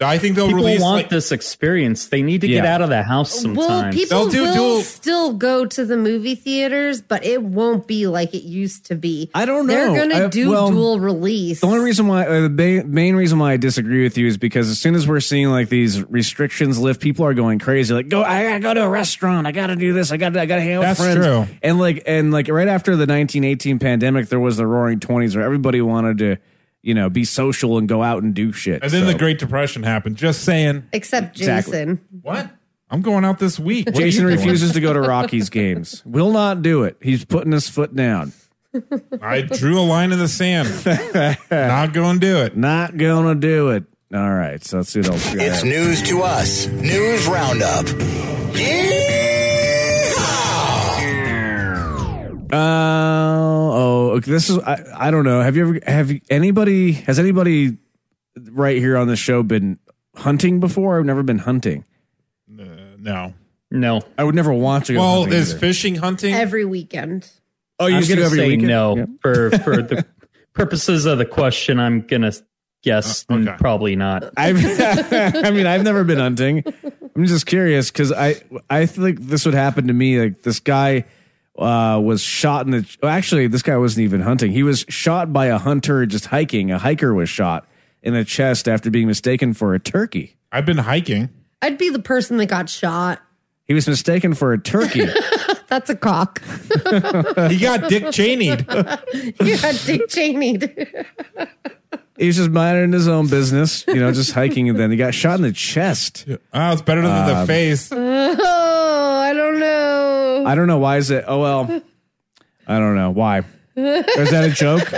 Speaker 3: I think they'll
Speaker 4: People
Speaker 3: release
Speaker 4: want
Speaker 3: like,
Speaker 4: this experience. They need to get
Speaker 1: Yeah.
Speaker 4: out of the house sometimes.
Speaker 5: well, people
Speaker 3: They'll do
Speaker 5: will
Speaker 3: dual-
Speaker 5: still go to the movie theaters, but it won't be like it used to be.
Speaker 1: I don't know.
Speaker 5: They're gonna
Speaker 1: I-
Speaker 5: do
Speaker 1: well,
Speaker 5: dual release.
Speaker 1: The only reason why, uh, the ba- main reason why I disagree with you is because as soon as we're seeing like these restrictions lift, people are going crazy. Like, go, I gotta go to a restaurant. I gotta do this. I gotta, I gotta hang out
Speaker 3: That's
Speaker 1: with friends.
Speaker 3: true.
Speaker 1: And like, and like right after the 1918 pandemic, there was the Roaring Twenties where everybody wanted to, you know, be social and go out and do shit.
Speaker 3: and then
Speaker 1: So-
Speaker 3: the Great Depression happened. Just saying.
Speaker 5: except
Speaker 1: Exactly.
Speaker 5: Jason.
Speaker 3: What? I'm going out this week. What are
Speaker 1: Jason
Speaker 3: you doing?
Speaker 1: refuses to go to Rockies games. Will not do it. He's putting his foot down.
Speaker 3: I drew a line in the sand. Not going to do it.
Speaker 1: Not gonna do it. All right, so let's see what else. we got.
Speaker 6: It's news to us. News Roundup.
Speaker 1: Uh, oh, okay, this is I, I don't know. Have you ever have you- anybody has anybody right here on the show been hunting before? I've never been hunting.
Speaker 3: Uh, no.
Speaker 4: no.
Speaker 1: I would never want to. Go
Speaker 3: Well,
Speaker 1: hunting
Speaker 3: there's
Speaker 1: either.
Speaker 3: fishing, hunting.
Speaker 5: Every weekend.
Speaker 1: Oh, you
Speaker 4: I'm
Speaker 1: just do
Speaker 4: gonna
Speaker 1: every
Speaker 4: say
Speaker 1: weekend?
Speaker 4: no
Speaker 1: Yeah.
Speaker 4: for for the purposes of the question. I'm gonna guess
Speaker 3: Uh, okay.
Speaker 4: probably not.
Speaker 1: I've, I mean, I've never been hunting. I'm just curious because I I think this would happen to me. Like this guy uh, was shot in the. well, Actually, this guy wasn't even hunting. He was shot by a hunter just hiking. A hiker was shot in the chest after being mistaken for a turkey.
Speaker 3: I've been hiking.
Speaker 5: I'd be the person that got shot.
Speaker 1: He was mistaken for a turkey.
Speaker 5: That's a cock.
Speaker 3: He got Dick Cheneyed.
Speaker 5: you got Dick Cheney.
Speaker 1: he was just minding his own business, you know, just hiking, and then he got shot in the chest.
Speaker 3: Oh, it's better than the face.
Speaker 5: oh, I don't know.
Speaker 1: I don't know why is it. Oh well, I don't know why. Is that a joke?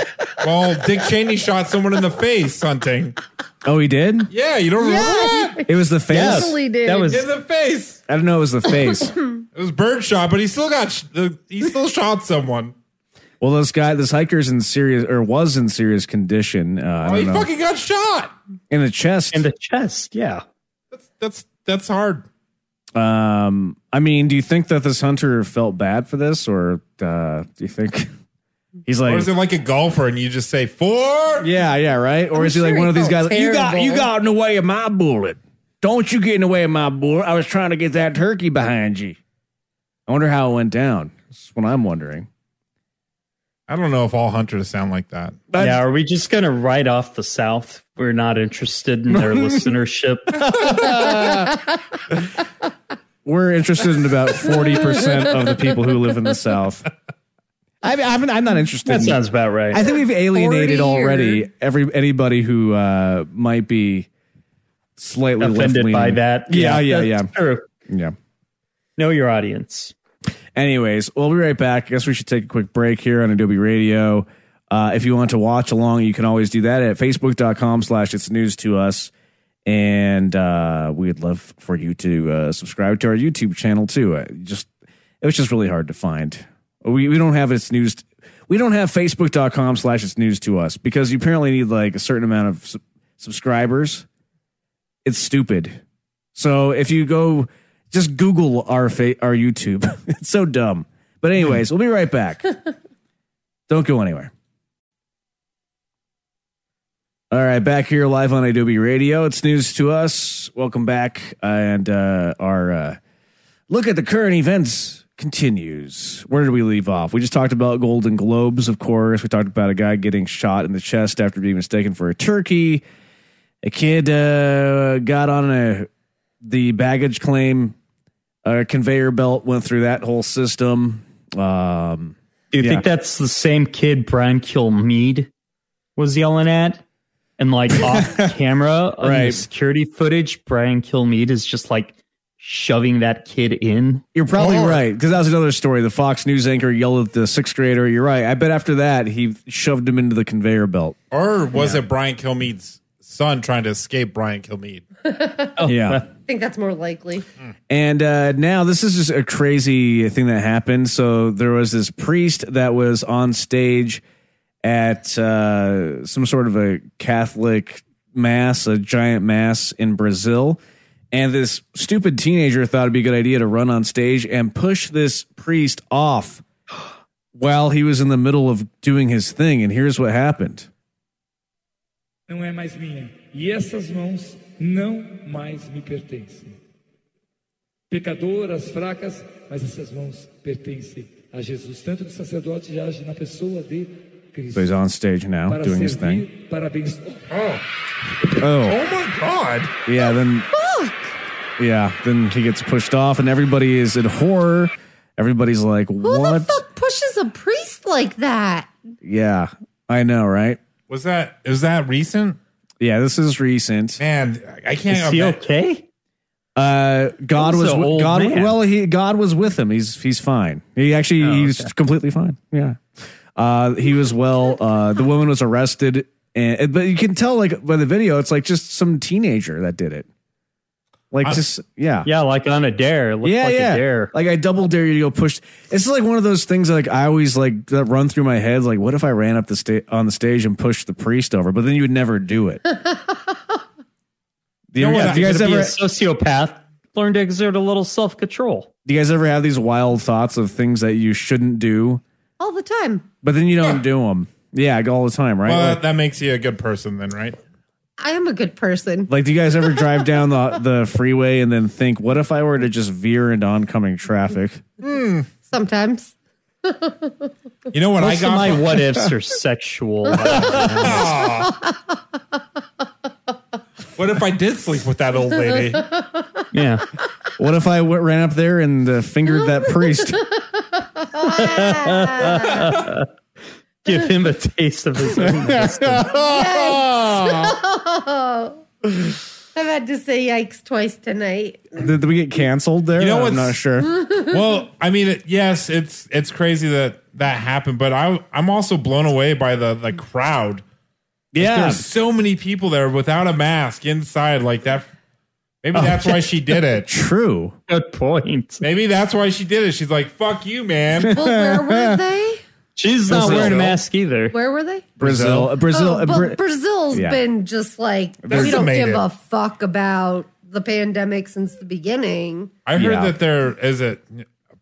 Speaker 3: Well, Dick Cheney shot someone in the face hunting.
Speaker 1: Oh, he did.
Speaker 3: Yeah, you don't remember?
Speaker 1: It was the face.
Speaker 5: Totally did.
Speaker 4: That was
Speaker 3: In the face.
Speaker 1: I don't know. It was the face.
Speaker 3: It was bird shot, but he still got sh- uh, he still shot someone.
Speaker 1: Well, this guy, this hiker's in serious or was in serious condition. Uh, I
Speaker 3: Oh, he
Speaker 1: don't know.
Speaker 3: fucking got shot.
Speaker 1: in the chest.
Speaker 4: in the chest. Yeah,
Speaker 3: That's that's that's hard.
Speaker 1: Um, I mean, do you think that this hunter felt bad for this, or uh, do you think he's like,
Speaker 3: or is it like a golfer and you just say four?
Speaker 1: Yeah, yeah, right. Or
Speaker 3: I'm
Speaker 1: is he
Speaker 3: sure
Speaker 1: like one
Speaker 3: he
Speaker 1: of these guys?
Speaker 3: felt
Speaker 1: Like, you got,
Speaker 3: terrible.
Speaker 1: you got in the way of my bullet. Don't you get in the way of my bullet? I was trying to get that turkey behind you. I wonder how it went down. That's what I'm wondering.
Speaker 3: I don't know if all hunters sound like that.
Speaker 4: yeah, are we just going to write off the South? We're not interested in their listenership.
Speaker 1: We're interested in about forty percent of the people who live in the South. I, I haven't, I'm not interested.
Speaker 4: That
Speaker 1: in-
Speaker 4: sounds about right.
Speaker 1: I think we've alienated
Speaker 4: 40 or-
Speaker 1: already every anybody who uh, might be slightly
Speaker 4: Offended
Speaker 1: left-leaning.
Speaker 4: by that.
Speaker 1: Yeah, yeah,
Speaker 4: Yeah,
Speaker 1: yeah.
Speaker 4: that's true.
Speaker 1: Yeah.
Speaker 4: Know your audience.
Speaker 1: Anyways, we'll be right back. I guess we should take a quick break here on Adobe Radio. Uh, if you want to watch along, you can always do that at facebook.com slash it's news to us. And uh, we'd love for you to uh, subscribe to our YouTube channel too. Uh, just it was just really hard to find. We we don't have it's news. We don't have facebook.com slash it's news to us because you apparently need like a certain amount of sub- subscribers. It's stupid. So if you go, just Google our fa- our YouTube. it's so dumb. But anyways, we'll be right back. Don't go anywhere. All right, back here live on Adobe Radio. It's news to us. Welcome back, and uh, our uh, look at the current events continues. Where did we leave off? We just talked about Golden Globes, of course. We talked about a guy getting shot in the chest after being mistaken for a turkey. A kid uh, got on a the baggage claim uh, conveyor belt, went through that whole system. Um,
Speaker 4: Do you
Speaker 1: yeah.
Speaker 4: think that's the same kid Brian Kilmeade was yelling at? And like off camera on the
Speaker 1: Right.
Speaker 4: security footage, Brian Kilmeade is just like shoving that kid in.
Speaker 1: You're probably right because that was another story. The Fox News anchor yelled at the sixth grader. You're right. I bet after that he shoved him into the conveyor belt.
Speaker 3: Or was it Brian Kilmeade's son trying to escape Brian Kilmeade?
Speaker 1: yeah.
Speaker 5: I think that's more likely.
Speaker 1: And uh, now this is just a crazy thing that happened. So there was this priest that was on stage at uh, some sort of a Catholic mass, a giant mass in Brazil. And this stupid teenager thought it'd be a good idea to run on stage and push this priest off while he was in the middle of doing his thing. And here's what happened.
Speaker 14: não é mais minha. E essas mãos não mais me pertencem. Pecadoras, fracas, mas essas mãos pertencem a Jesus. Tanto que o sacerdote já age na pessoa de Cristo.
Speaker 1: So he's on stage now
Speaker 14: para
Speaker 1: doing his
Speaker 14: servir,
Speaker 1: thing.
Speaker 14: para abençoar.
Speaker 1: Oh.
Speaker 3: my God.
Speaker 1: Yeah, then. Yeah, then he gets pushed off, and everybody is in horror. Everybody's like, "What?"
Speaker 5: Pushes a priest like that.
Speaker 1: yeah, I know, right?
Speaker 3: Was that is that recent?
Speaker 1: Yeah, this is recent.
Speaker 3: Man, I can't. ima-
Speaker 4: okay?
Speaker 1: Uh, God
Speaker 3: That was
Speaker 1: was,
Speaker 3: an
Speaker 1: wi-
Speaker 3: old
Speaker 1: God.
Speaker 3: man. Oh,
Speaker 1: Well, he God was with him. He's he's fine. He actually he's completely fine. Yeah. Uh, he was well. Uh, the woman was arrested, and and- but you can tell like by the video, it's like just some teenager that did it. Like
Speaker 4: Uh,
Speaker 1: just yeah,
Speaker 4: Yeah, like on a dare. Looked like a dare.
Speaker 1: Like I double dare you to go push. It's like one of those things like I always like that run through my head. Like, what if I ran up the sta- on the stage and pushed the priest over? But then you would never do it. Do you,
Speaker 4: You know
Speaker 1: yeah,
Speaker 4: what?
Speaker 1: do you guys
Speaker 4: To be
Speaker 1: ever
Speaker 4: a sociopath? Learn to exert a little self control.
Speaker 1: do you guys ever have these wild thoughts of things that you shouldn't do,
Speaker 5: All the time.
Speaker 1: but then you don't do them? Yeah, like, all the time, right?
Speaker 3: Well,
Speaker 1: Like-
Speaker 3: that, that makes you a good person then, right?
Speaker 5: I am a good person.
Speaker 1: Like, do you guys ever drive down the the freeway and then think, what if I were to just veer into oncoming traffic?
Speaker 5: Sometimes.
Speaker 3: You know what I
Speaker 4: Most
Speaker 3: got?
Speaker 4: Of my
Speaker 3: from-
Speaker 4: what ifs are sexual.
Speaker 3: What if I did sleep with that old lady?
Speaker 4: yeah.
Speaker 1: What if I w- ran up there and uh, fingered that priest?
Speaker 4: Give him a taste of his own. medicine.
Speaker 5: Yikes. I've had to say yikes twice tonight.
Speaker 1: Did we get canceled there?
Speaker 3: You know
Speaker 1: I'm
Speaker 3: what's-
Speaker 1: not sure.
Speaker 3: well, I mean, it, yes, it's it's crazy that that happened, but I I'm also blown away by the the crowd.
Speaker 1: Yeah.
Speaker 3: there's so many people there without a mask inside like that. Maybe
Speaker 4: Oh,
Speaker 3: that's
Speaker 4: yeah.
Speaker 3: why she did it.
Speaker 1: True.
Speaker 4: Good point.
Speaker 3: Maybe that's why she did it. She's like, "Fuck you, man."
Speaker 5: Well, where were they?
Speaker 4: She's not
Speaker 3: Brazil.
Speaker 4: wearing a mask either.
Speaker 5: Where were they?
Speaker 1: Brazil, Brazil,
Speaker 5: Oh,
Speaker 1: uh,
Speaker 5: but
Speaker 1: Bra-
Speaker 5: Brazil's
Speaker 1: Yeah.
Speaker 5: been just like
Speaker 1: They're-
Speaker 5: we don't
Speaker 1: Decimated.
Speaker 5: give a fuck about the pandemic since the beginning.
Speaker 3: I heard that there is a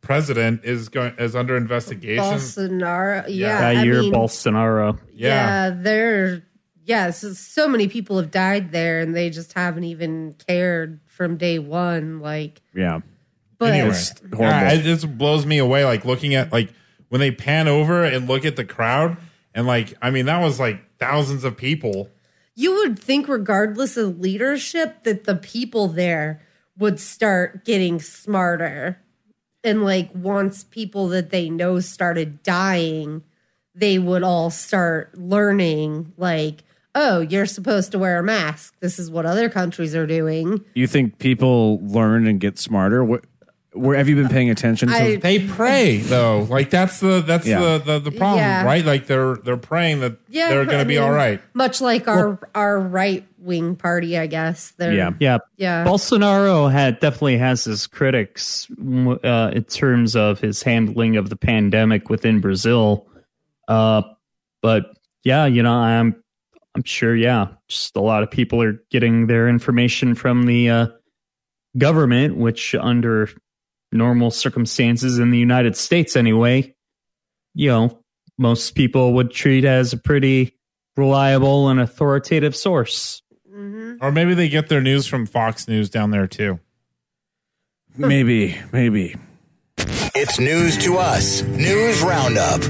Speaker 3: president is going is under investigation.
Speaker 5: Bolsonaro, yeah,
Speaker 4: that
Speaker 5: I
Speaker 4: year,
Speaker 5: mean,
Speaker 4: Bolsonaro.
Speaker 5: yeah, there, yeah, so, so many people have died there, and they just haven't even cared from day one. Like,
Speaker 1: Yeah.
Speaker 5: but
Speaker 1: It's horrible.
Speaker 3: Yeah, it just blows me away. Like looking at like when they pan over and look at the crowd, and like I mean that was like thousands of people.
Speaker 5: you would think, regardless of leadership, that the people there would start getting smarter. And like, once people that they know started dying, they would all start learning, like, oh, you're supposed to wear a mask. This is what other countries are doing.
Speaker 1: You think people learn and get smarter? Where, where have you been paying attention? to?
Speaker 5: I-
Speaker 3: They pray though, like that's the that's
Speaker 1: Yeah.
Speaker 3: the, the the problem,
Speaker 5: Yeah.
Speaker 3: right? Like they're they're praying that
Speaker 5: Yeah,
Speaker 3: they're going
Speaker 5: I
Speaker 3: to be
Speaker 5: mean,
Speaker 3: all right.
Speaker 5: Much like our our right wing party, I guess. They're,
Speaker 4: yeah,
Speaker 5: yeah.
Speaker 4: Bolsonaro had definitely has his critics uh, in terms of his handling of the pandemic within Brazil. Uh, but yeah, you know, I'm I'm sure. Yeah, just a lot of people are getting their information from the uh, government, which under normal circumstances in the United States, anyway, you know, most people would treat as a pretty reliable and authoritative source.
Speaker 3: Or maybe they get their news from Fox News down there too.
Speaker 1: Maybe, maybe.
Speaker 6: It's news to us. News Roundup.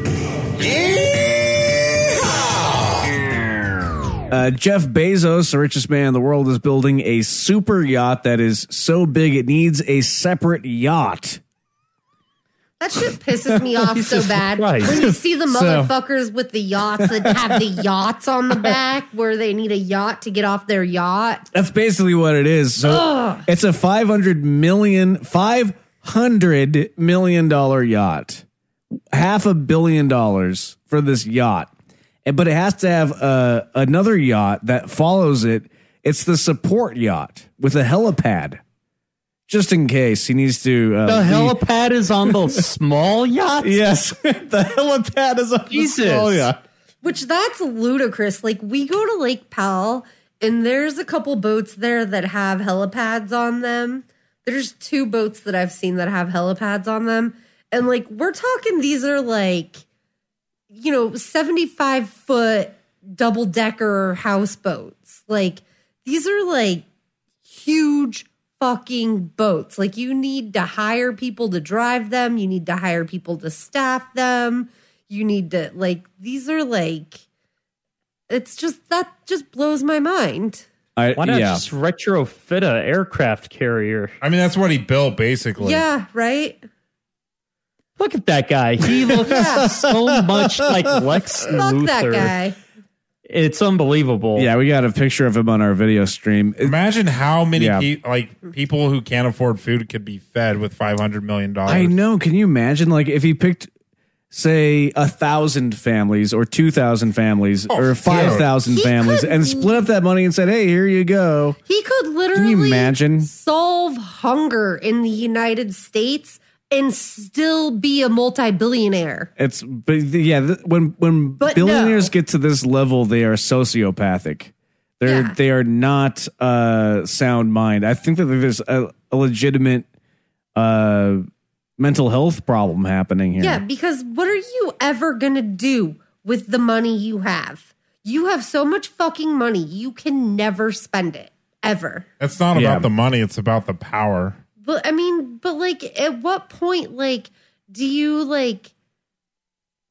Speaker 1: Uh, Jeff Bezos, the richest man in the world, is building a super yacht that is so big it needs a separate yacht.
Speaker 5: That shit pisses me off so
Speaker 1: Jesus
Speaker 5: bad.
Speaker 1: Christ.
Speaker 5: When you see the
Speaker 1: So-
Speaker 5: motherfuckers with the yachts that have the yachts on the back where they need a yacht to get off their yacht.
Speaker 1: That's basically what it is. So
Speaker 5: Ugh.
Speaker 1: it's a 500 million 500 million dollar yacht. Half a billion dollars for this yacht. And but it has to have uh, another yacht that follows it. It's the support yacht with a helipad. Just in case he needs to uh,
Speaker 4: The
Speaker 1: leave-
Speaker 4: helipad is on the small yacht.
Speaker 1: Yes, the helipad is on
Speaker 4: Jesus.
Speaker 1: the small yacht.
Speaker 5: Which that's ludicrous. Like we go to Lake Powell and there's a couple boats there that have helipads on them. There's two boats that I've seen that have helipads on them. And like we're talking these are like you know 75 foot double decker houseboats. Like these are like huge fucking boats. Like you need to hire people to drive them, you need to hire people to staff them. You need to like these are like it's just that just blows my mind.
Speaker 1: I,
Speaker 4: Why not
Speaker 3: yeah.
Speaker 4: just retrofit a aircraft carrier?
Speaker 3: I mean, that's what he built basically.
Speaker 5: yeah, right?
Speaker 4: Look at that guy. He looks so much like Lex
Speaker 5: Fuck
Speaker 4: Luthor.
Speaker 5: that guy.
Speaker 4: It's unbelievable.
Speaker 1: Yeah, we got a picture of him on our video stream. It-
Speaker 3: Imagine how many
Speaker 1: Yeah.
Speaker 3: pe- like people who can't afford food could be fed with five hundred million
Speaker 1: I
Speaker 3: dollars.
Speaker 1: know. Can you imagine? Like, if he picked, say, a thousand families or two thousand families or five thousand
Speaker 5: Oh, He
Speaker 1: families,
Speaker 5: could-
Speaker 1: and split up that money and said, "Hey, here you go."
Speaker 5: He could
Speaker 1: Can
Speaker 5: literally
Speaker 1: you imagine?
Speaker 5: solve hunger in the United States and still be a multi-billionaire.
Speaker 1: It's but th- yeah, th- when when
Speaker 5: But
Speaker 1: billionaires get to this level, they are sociopathic. They're
Speaker 5: Yeah.
Speaker 1: they are not uh, sound mind. I think that there's a, a legitimate uh, mental health problem happening here.
Speaker 5: Yeah, because what are you ever going to do with the money you have? You have so much fucking money, you can never spend it ever.
Speaker 3: It's not
Speaker 1: Yeah.
Speaker 3: about the money; it's about the power.
Speaker 5: But I mean, but like, at what point, like, do you like?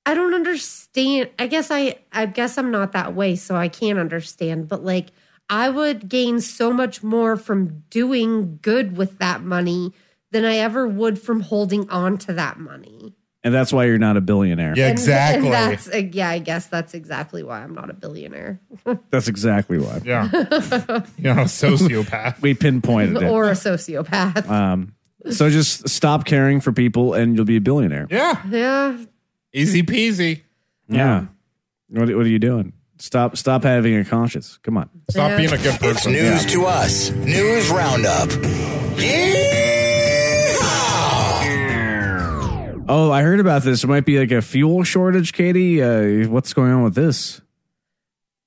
Speaker 5: I don't understand. I guess I, I guess I'm not that way, so I can't understand. But like, I would gain so much more from doing good with that money than I ever would from holding on to that money.
Speaker 1: and that's why you're not a billionaire.
Speaker 3: Yeah,
Speaker 5: And-
Speaker 3: exactly.
Speaker 5: And that's, uh, yeah, I guess that's exactly why I'm not a billionaire
Speaker 1: That's exactly why.
Speaker 3: Yeah, you know, a sociopath.
Speaker 1: We pinpointed it.
Speaker 5: or a sociopath.
Speaker 1: Um, so just stop caring for people and you'll be a billionaire.
Speaker 3: yeah,
Speaker 5: yeah.
Speaker 3: easy peasy.
Speaker 1: Yeah. What, what are you doing? Stop stop having a conscience. Come on.
Speaker 3: Stop
Speaker 5: Yeah.
Speaker 3: being a good
Speaker 6: It's
Speaker 3: person.
Speaker 6: news to us. News Roundup.
Speaker 1: Oh, I heard about this. It might be like a fuel shortage, Katie. Uh, what's going on with this?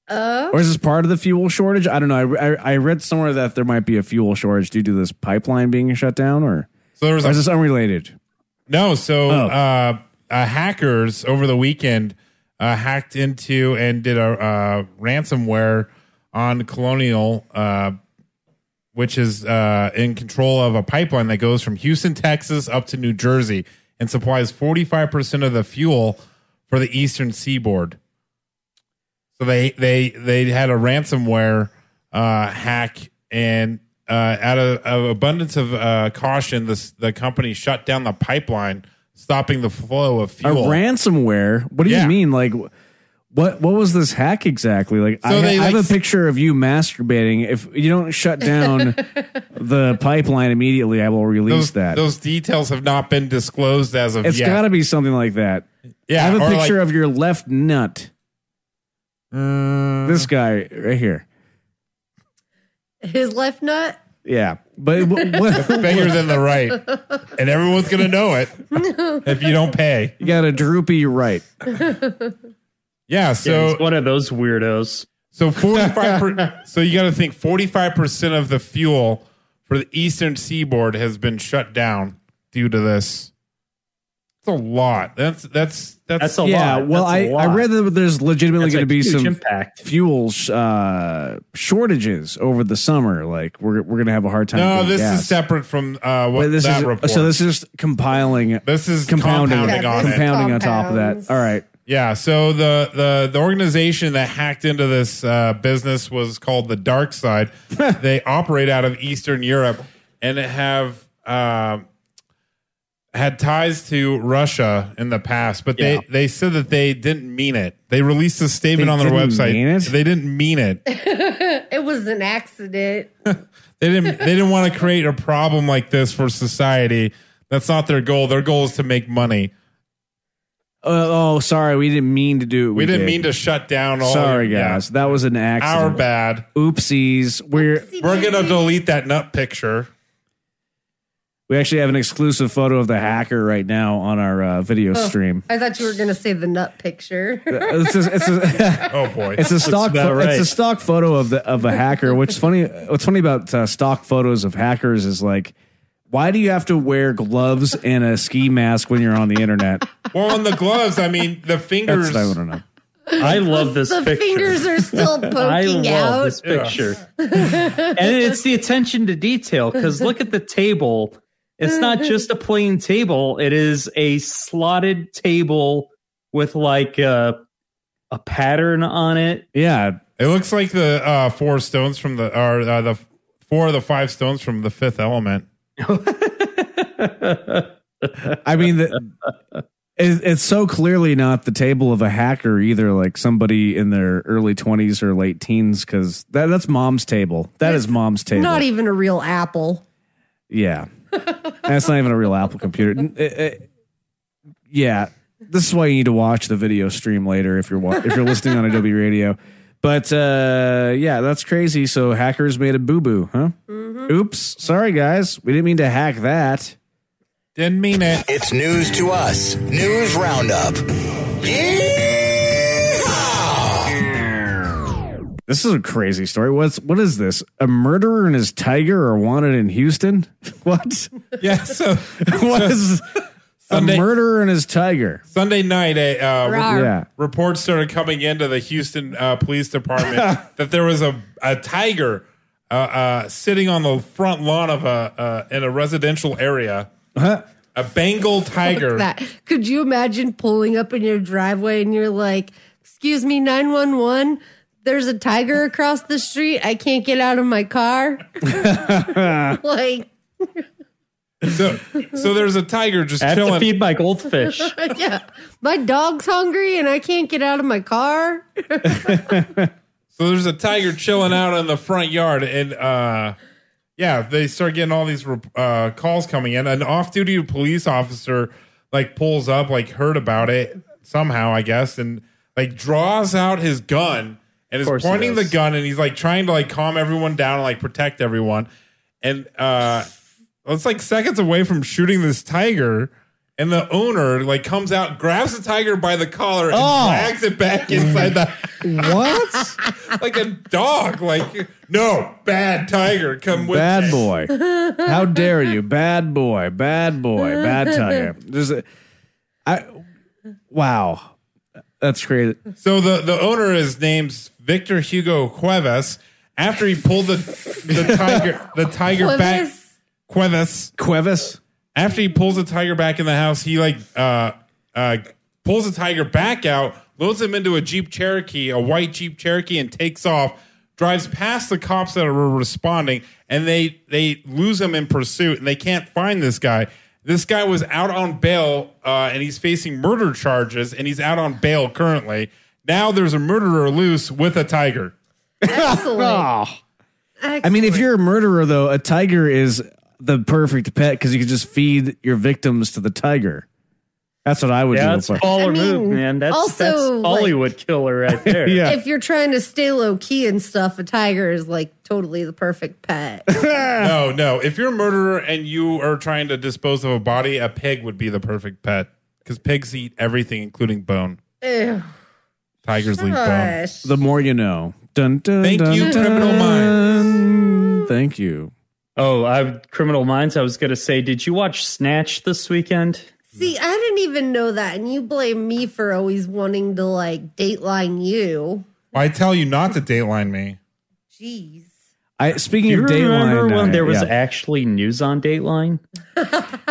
Speaker 5: Oh.
Speaker 1: Or is this part of the fuel shortage? I don't know. I, I, I read somewhere that there might be a fuel shortage due to this pipeline being shut down, or
Speaker 3: So there was
Speaker 1: or
Speaker 3: a-
Speaker 1: is this unrelated?
Speaker 3: No, so uh, uh, hackers over the weekend uh, hacked into and did a uh, ransomware on Colonial, uh, which is uh, in control of a pipeline that goes from Houston, Texas, up to New Jersey, and supplies forty five percent of the fuel for the eastern seaboard. So they they they had a ransomware uh, hack, and uh, out of, of abundance of uh, caution, this the company shut down the pipeline, stopping the flow of fuel.
Speaker 1: A ransomware? What do you mean? Like, what what was this hack exactly? Like, I,
Speaker 3: So they,
Speaker 1: I have
Speaker 3: like,
Speaker 1: a picture of you masturbating. If you don't shut down the pipeline immediately, I will release
Speaker 3: those,
Speaker 1: that.
Speaker 3: those details have not been disclosed as of
Speaker 1: It's
Speaker 3: yet.
Speaker 1: got to be something like that.
Speaker 3: Yeah,
Speaker 1: I have a
Speaker 3: or
Speaker 1: picture
Speaker 3: like-
Speaker 1: of your left nut.
Speaker 3: Uh-huh. "Mm,
Speaker 1: this guy right here.
Speaker 5: His left nut.
Speaker 1: Yeah, but what,
Speaker 3: bigger than the right, and everyone's gonna know it if you don't pay.
Speaker 1: You got a droopy right.
Speaker 3: Yeah, so
Speaker 4: he's one of those weirdos.
Speaker 3: So forty five. per so you got to think forty five percent of the fuel for the eastern seaboard has been shut down due to this. It's a lot. That's that's that's,
Speaker 1: yeah. Well, I I read that there's legitimately
Speaker 3: That's a
Speaker 1: going to be
Speaker 3: huge
Speaker 1: some
Speaker 4: impact.
Speaker 1: fuel sh- uh, shortages over the summer. Like we're we're going to have a hard time.
Speaker 3: No,
Speaker 1: getting
Speaker 3: this
Speaker 1: gas.
Speaker 3: is separate from uh, what
Speaker 1: But this
Speaker 3: that
Speaker 1: is
Speaker 3: report.
Speaker 1: so. This is just compiling.
Speaker 3: This is
Speaker 1: compounding,
Speaker 3: compounding on it.
Speaker 1: compounding on top of that. All right.
Speaker 3: Yeah. So the, the, the organization that hacked into this uh, business was called the Dark Side. they operate out of Eastern Europe and have um had ties to Russia in the past, but they,
Speaker 1: Yeah.
Speaker 3: they said that they didn't mean it. They released a statement
Speaker 1: They
Speaker 3: on their
Speaker 1: didn't
Speaker 3: website.
Speaker 1: mean it?
Speaker 3: They didn't mean it.
Speaker 5: it was an accident.
Speaker 3: They didn't. They didn't want to create a problem like this for society. That's not their goal. Their goal is to make money.
Speaker 1: Uh, oh, sorry. We didn't mean to do. It.
Speaker 3: We, didn't
Speaker 1: did.
Speaker 3: mean to shut down all.
Speaker 1: Sorry,
Speaker 3: your- yeah.
Speaker 1: guys. That was an accident.
Speaker 3: Our bad.
Speaker 1: Oopsies. We're
Speaker 3: We're gonna delete that nut picture.
Speaker 1: we actually have an exclusive photo of the hacker right now on our uh, video
Speaker 5: Oh,
Speaker 1: stream.
Speaker 5: I thought you were gonna say the nut picture.
Speaker 1: It's a, it's a,
Speaker 3: oh boy,
Speaker 1: It's a stock. pho- It's a stock photo of the of a hacker. Which funny. What's funny about uh, stock photos of hackers is like, why do you have to wear gloves and a ski mask when you're on the internet?
Speaker 3: Well, on the gloves, I mean the fingers.
Speaker 1: That's what I want to know.
Speaker 4: I love this
Speaker 5: the
Speaker 4: picture.
Speaker 5: fingers are still
Speaker 4: I love
Speaker 5: poking out.
Speaker 4: this picture. and it's the attention to detail because look at the table. It's not just a plain table. It is a slotted table with like a a pattern on it.
Speaker 1: Yeah,
Speaker 3: it looks like the uh, four stones from the or uh, the four of the five stones from the Fifth Element.
Speaker 1: I mean, the, it, it's so clearly not the table of a hacker either. Like somebody in their early twenties or late teens, because that that's mom's table. That is mom's table.
Speaker 5: Not e- even a real apple.
Speaker 1: yeah, that's not even a real Apple computer. N- it- it- yeah, this is why you need to watch the video stream later if you're wa- if you're listening on Adobe Radio. But uh, yeah, that's crazy. So hackers made a boo boo, huh? Oops, sorry guys, we didn't mean to hack that.
Speaker 3: Didn't mean it.
Speaker 6: It's news to us. News Roundup.
Speaker 1: This is a crazy story. What's what is this? A murderer and his tiger are wanted in Houston? What?
Speaker 3: Yeah. So
Speaker 1: what is
Speaker 3: Sunday-
Speaker 1: a murderer and his tiger?
Speaker 3: Sunday night, a uh, re-
Speaker 1: Rawr. Yeah.
Speaker 3: report started coming into the Houston uh, Police Department that there was a a tiger uh, uh, sitting on the front lawn of a uh, in a residential area. A Bengal tiger.
Speaker 5: Fuck that. Could you imagine pulling up in your driveway and you're like, excuse me, 911? There's a tiger across the street. I can't get out of my car. like,
Speaker 3: So, so there's a tiger just
Speaker 4: I have
Speaker 3: chilling.
Speaker 4: to feed my goldfish.
Speaker 5: yeah, my dog's hungry and I can't get out of my car.
Speaker 3: So there's a tiger chilling out in the front yard, and uh, yeah, they start getting all these rep- uh, calls coming in. An off-duty police officer like pulls up, like heard about it somehow, I guess, and like draws out his gun and is
Speaker 4: course he
Speaker 3: pointing the
Speaker 4: does.
Speaker 3: gun, and he's like trying to like calm everyone down and like protect everyone, and uh, it's like seconds away from shooting this tiger, And the owner like comes out, grabs the tiger by the collar, and
Speaker 16: Oh.
Speaker 3: drags it back inside the
Speaker 16: What?
Speaker 3: like a dog. Like no, bad tiger, come with
Speaker 1: Bad
Speaker 3: me."
Speaker 1: boy. How dare you? Bad boy. Bad boy. Bad tiger. There's a, I, wow. That's crazy.
Speaker 3: So the, the owner is named Victor Hugo Cuevas. After he pulled the the tiger the tiger back Cuevas
Speaker 1: Cuevas.
Speaker 3: After he pulls the tiger back in the house, he like uh uh pulls the tiger back out, loads him into a Jeep Cherokee, a white Jeep Cherokee, and takes off. Drives past the cops that are responding, and they they lose him in pursuit, and they can't find this guy. This guy was out on bail, uh, and he's facing murder charges, and he's out on bail currently. Now there's a murderer loose with a tiger.
Speaker 5: Excellent.
Speaker 4: Oh.
Speaker 1: I mean, if you're a murderer, though, a tiger is the perfect pet because you can just feed your victims to the tiger. That's what I would
Speaker 4: Yeah,
Speaker 1: do.
Speaker 4: that's
Speaker 1: if I-
Speaker 4: baller
Speaker 5: I mean,
Speaker 4: move, man. That's
Speaker 5: also,
Speaker 4: that's
Speaker 5: like-
Speaker 4: Hollywood killer right there.
Speaker 1: Yeah.
Speaker 5: If you're trying to stay low key and stuff, a tiger is like totally the perfect pet.
Speaker 3: no, no. If you're a murderer and you are trying to dispose of a body, a pig would be the perfect pet because pigs eat everything, including bone.
Speaker 5: Ew.
Speaker 3: Tigers leave bone.
Speaker 5: Gosh.
Speaker 1: The more you know. Dun, dun,
Speaker 3: Thank
Speaker 1: dun,
Speaker 3: you,
Speaker 1: dun.
Speaker 3: Criminal
Speaker 1: Minds. Thank you.
Speaker 4: Oh, I Criminal Minds. I was gonna say, did you watch Snatch this weekend?
Speaker 5: See, I didn't even know that, and you blame me for always wanting to like dateline you.
Speaker 3: I tell you not to dateline me.
Speaker 5: Jeez.
Speaker 1: I speaking
Speaker 4: Do you
Speaker 1: of
Speaker 4: remember
Speaker 1: Dateline,
Speaker 4: when
Speaker 1: uh,
Speaker 4: there was
Speaker 1: yeah.
Speaker 4: actually news on Dateline?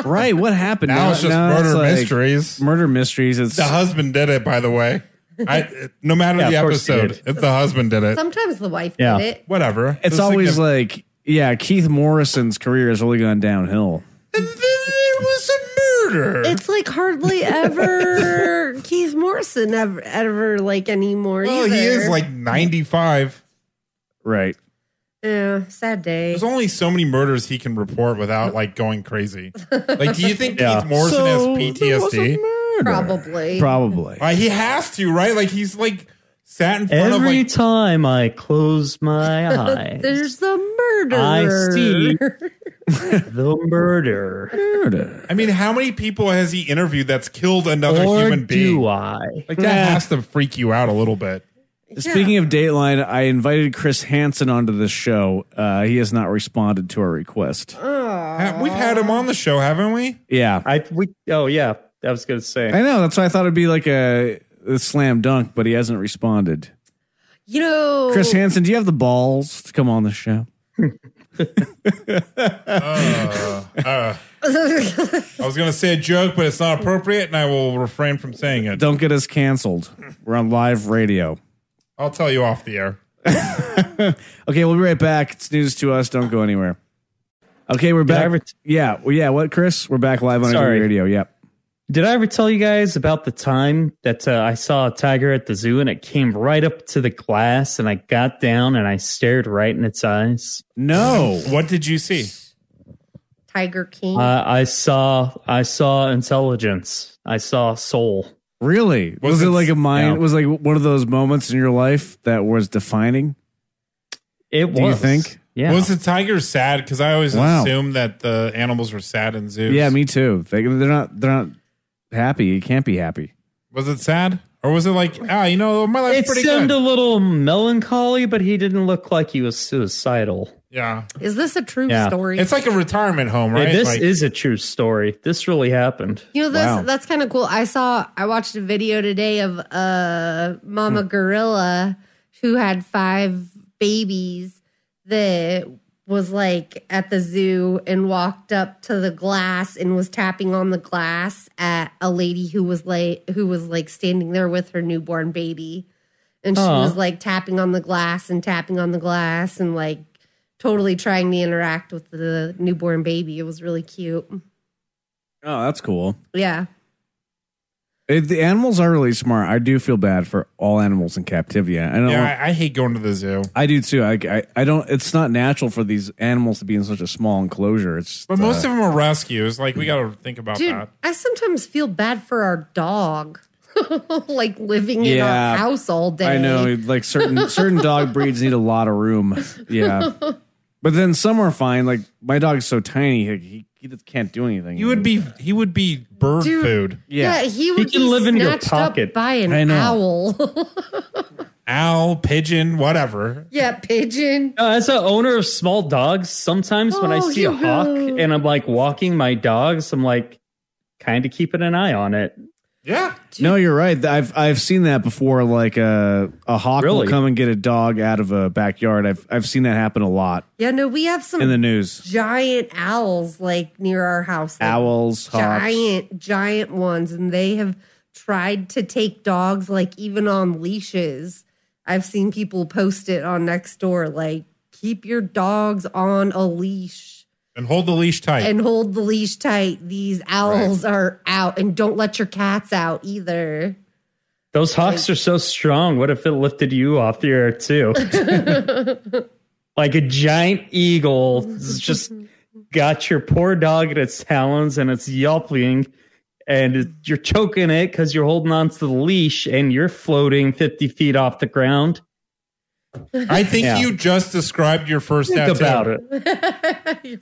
Speaker 1: right? What happened?
Speaker 3: Now it's just murder mysteries.
Speaker 1: Murder mysteries. It's
Speaker 3: The husband did it, by the way. I, no matter
Speaker 1: Yeah,
Speaker 3: the
Speaker 1: of course he
Speaker 3: episode, if the husband did it,
Speaker 5: Sometimes the wife
Speaker 1: Yeah.
Speaker 5: did it.
Speaker 3: whatever.
Speaker 1: it's
Speaker 3: The
Speaker 1: always
Speaker 3: signif-
Speaker 1: like yeah. Keith Morrison's career has really gone downhill.
Speaker 3: It was a murder.
Speaker 5: It's like hardly ever Keith Morrison ever, ever like anymore.
Speaker 3: well, he
Speaker 5: either.
Speaker 3: is like 95.
Speaker 1: Right.
Speaker 5: yeah, sad day.
Speaker 3: There's only so many murders he can report without like going crazy. Like, do you think
Speaker 1: Yeah.
Speaker 3: Keith Morrison
Speaker 1: So,
Speaker 3: has
Speaker 1: there was a
Speaker 3: PTSD?
Speaker 5: Probably.
Speaker 1: Probably.
Speaker 3: Uh, he has to, right? Like he's like sat in front
Speaker 4: Every
Speaker 3: of like
Speaker 4: time I close my eyes,
Speaker 5: There's the murder.
Speaker 4: I see the murder.
Speaker 1: I
Speaker 3: mean, how many people has he interviewed that's killed another
Speaker 4: Or
Speaker 3: human being?
Speaker 4: do I?
Speaker 3: Like that has to freak you out a little bit.
Speaker 1: Speaking of Dateline, I invited Chris Hansen onto this show. Uh, he has not responded to our request.
Speaker 3: Ha- We've had him on the show, haven't we?
Speaker 1: Yeah,
Speaker 4: I we oh yeah, I was gonna say.
Speaker 1: I know. That's why I thought it'd be like a, a slam dunk, but he hasn't responded.
Speaker 5: You know,
Speaker 1: Chris Hansen, do you have the balls to come on the show?
Speaker 3: Uh, uh, I was gonna say a joke, but it's not appropriate, and I will refrain from saying it.
Speaker 1: Don't get us canceled. We're on live radio.
Speaker 3: I'll tell you off the air.
Speaker 1: Okay, we'll be right back. It's news to us. Don't go anywhere. Okay, we're back. yeah, well, yeah. What, Chris? We're back live on
Speaker 4: Sorry.
Speaker 1: Sorry. radio. Yep.
Speaker 4: Did I ever tell you guys about the time that uh, I saw a tiger at the zoo and it came right up to the glass and I got down and I stared right in its eyes?
Speaker 1: No.
Speaker 3: What did you see?
Speaker 5: Tiger King.
Speaker 3: Oh.
Speaker 4: Uh, I saw I saw intelligence. I saw soul.
Speaker 1: Really? Was,
Speaker 4: Was
Speaker 1: it
Speaker 4: it-
Speaker 1: like a mind?
Speaker 4: No.
Speaker 1: Was like one of those moments in your life that was defining?
Speaker 4: It
Speaker 1: Do you
Speaker 4: was.
Speaker 1: think?
Speaker 4: Yeah.
Speaker 3: Was the tiger sad? Because I always
Speaker 1: Wow.
Speaker 3: assume that the animals were sad in zoos.
Speaker 1: Yeah, me too. They, they're not. They're not happy. You can't be happy.
Speaker 3: was it sad, or was it like ah, you know, my life's
Speaker 4: it
Speaker 3: pretty
Speaker 4: seemed
Speaker 3: good?
Speaker 4: a little melancholy, but he didn't look like he was suicidal.
Speaker 3: yeah,
Speaker 5: is this a true
Speaker 4: Yeah.
Speaker 5: story?
Speaker 3: it's like a retirement home,
Speaker 4: Yeah,
Speaker 3: right?
Speaker 4: this
Speaker 3: Like-
Speaker 4: is a true story. This really happened.
Speaker 5: You know, that's
Speaker 4: Wow.
Speaker 5: that's kind of cool. I saw, I watched a video today of uh, Mama Gorilla who had five babies that was like at the zoo and walked up to the glass and was tapping on the glass at a lady who was like who was like standing there with her newborn baby and she
Speaker 4: Aw.
Speaker 5: was like tapping on the glass and tapping on the glass and like totally trying to interact with the newborn baby it was really cute
Speaker 1: Oh, that's cool.
Speaker 5: yeah
Speaker 1: It, the animals are really smart. I do feel bad for all animals in captivity. I don't.
Speaker 3: yeah, I, I hate going to the zoo.
Speaker 1: I do too. I, I I don't. It's not natural for these animals to be in such a small enclosure. It's
Speaker 3: But most
Speaker 1: uh,
Speaker 3: of them are rescues.
Speaker 4: Mm.
Speaker 3: Like we got to think about
Speaker 5: Dude,
Speaker 3: that.
Speaker 5: I sometimes feel bad for our dog, like living in
Speaker 1: Yeah.
Speaker 5: our house all day.
Speaker 1: I know, like certain certain dog breeds need a lot of room. Yeah, but then some are fine. Like my dog's so tiny, he, he he just can't do anything.
Speaker 3: He would be he would be bird
Speaker 5: Dude,
Speaker 3: food.
Speaker 5: Yeah, he would be snatched up by an
Speaker 3: I know.
Speaker 5: owl.
Speaker 3: Owl, pigeon, whatever.
Speaker 5: yeah, pigeon.
Speaker 4: Uh, as a owner of small dogs, sometimes when I
Speaker 5: Oh,
Speaker 4: see a
Speaker 5: Hugo.
Speaker 4: hawk and I'm like walking my dogs, I'm like kind of keeping an eye on it.
Speaker 3: Yeah.
Speaker 1: No, you're right. I've I've seen that before. Like a a hawk will
Speaker 4: Really?
Speaker 1: come and get a dog out of a backyard. I've I've seen that happen a lot
Speaker 5: Yeah, no, we have some
Speaker 1: in the news.
Speaker 5: giant owls like near our house. like,
Speaker 1: Owls, hawks.
Speaker 5: giant, giant ones, and they have tried to take dogs like even on leashes. I've seen people post it on Nextdoor like keep your dogs on a leash
Speaker 3: And hold the leash tight.
Speaker 5: and hold the leash tight. These owls are out, and don't let your cats out either.
Speaker 4: Those hawks are so strong. What if it lifted you off the air too? like a giant eagle has just got your poor dog in its talons and it's yelping and it- you're choking it because you're holding onto the leash and you're floating 50 feet off the ground.
Speaker 3: I think
Speaker 4: Yeah.
Speaker 3: you just described your first
Speaker 4: Think
Speaker 3: tattoo.
Speaker 4: about it.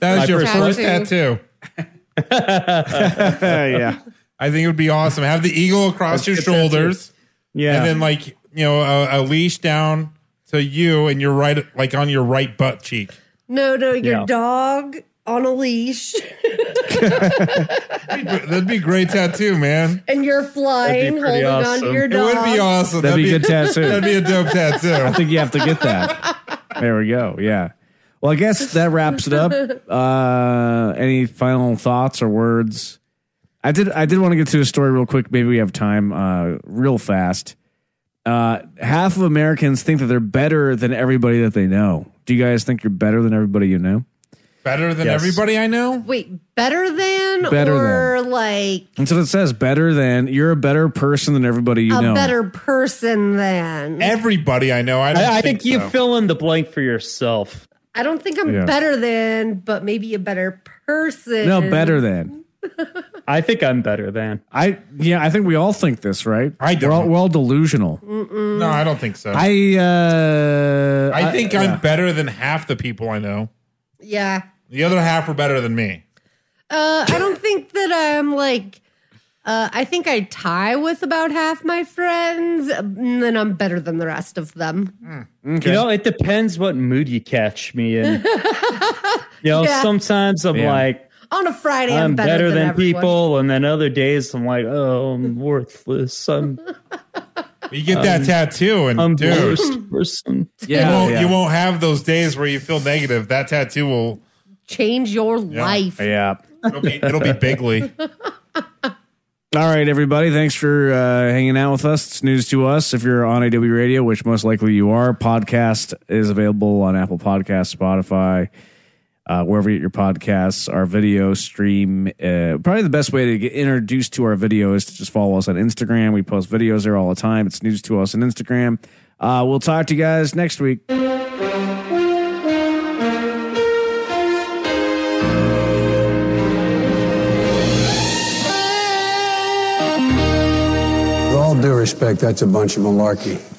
Speaker 3: That
Speaker 4: My
Speaker 3: was your
Speaker 4: first
Speaker 3: first tattoo.
Speaker 4: tattoo.
Speaker 1: yeah.
Speaker 3: I think it would be awesome. Have the eagle across your shoulders.
Speaker 4: Yeah.
Speaker 3: And then like, you know, a, a leash down to you and your right like on your right butt cheek.
Speaker 5: No, no, your
Speaker 3: Yeah.
Speaker 5: dog on a leash,
Speaker 3: That'd be a great tattoo, man.
Speaker 5: and you're flying, holding on to your
Speaker 3: It
Speaker 5: dog.
Speaker 3: would be awesome.
Speaker 1: That'd, be a good tattoo.
Speaker 3: That'd be a dope tattoo.
Speaker 1: I think you have to get that. There we go. Yeah. Well, I guess that wraps it up. Uh, any final thoughts or words? I did. I did want to get to a story real quick. Maybe we have time. Uh, real fast. Uh, half of Americans think that they're better than everybody that they know. Do you guys think you're better than everybody you know?
Speaker 3: Better than
Speaker 1: Yes.
Speaker 3: everybody I know?
Speaker 5: Wait, better than
Speaker 1: Better
Speaker 5: or like
Speaker 1: And so it says better than you're a better person than everybody you
Speaker 5: a
Speaker 1: know.
Speaker 5: better person than?
Speaker 3: Eh. Everybody I know. I,
Speaker 4: I,
Speaker 3: don't
Speaker 4: think,
Speaker 3: think
Speaker 4: you
Speaker 3: so.
Speaker 4: fill in the blank for yourself.
Speaker 5: I don't think I'm
Speaker 4: Yeah.
Speaker 5: better than, but maybe a better person.
Speaker 1: no, better than.
Speaker 4: I think I'm better than.
Speaker 1: I yeah. I think we all think this, right? I
Speaker 3: don't.
Speaker 1: We're all, we're all delusional.
Speaker 5: Mm-mm.
Speaker 3: No, I don't think so. I,
Speaker 1: I uh
Speaker 3: think
Speaker 1: yeah.
Speaker 3: I'm better than half the people I know.
Speaker 5: Yeah.
Speaker 3: The other half are better than me.
Speaker 5: Uh, I don't think that I'm like. Uh, I think I tie with about half my friends, and then I'm better than the rest of them.
Speaker 4: You know, it depends what mood you catch me in. you know,
Speaker 5: Yeah.
Speaker 4: sometimes I'm
Speaker 5: Yeah.
Speaker 4: like,
Speaker 5: On a Friday, I'm,
Speaker 4: I'm better, than,
Speaker 5: everyone.
Speaker 4: people, and then other days I'm like, oh, I'm worthless. I'm
Speaker 3: You get that
Speaker 4: Um,
Speaker 3: tattoo and
Speaker 4: I'm
Speaker 3: dude,
Speaker 4: the worst person.
Speaker 3: you, won't, you won't have those days where you feel negative. That tattoo will
Speaker 5: Change your
Speaker 3: yeah.
Speaker 5: life.
Speaker 1: Yeah.
Speaker 3: It'll be, it'll be bigly.
Speaker 1: All right, everybody. Thanks for uh, hanging out with us. It's news to us. If you're on AW Radio, which most likely you are, podcast is available on Apple Podcasts, Spotify, uh, wherever you get your podcasts. Our video stream. Uh, probably the best way to get introduced to our video is to just follow us on Instagram. We post videos there all the time. It's news to us on Instagram. Uh, we'll talk to you guys next week.
Speaker 17: With all due respect, that's a bunch of malarkey.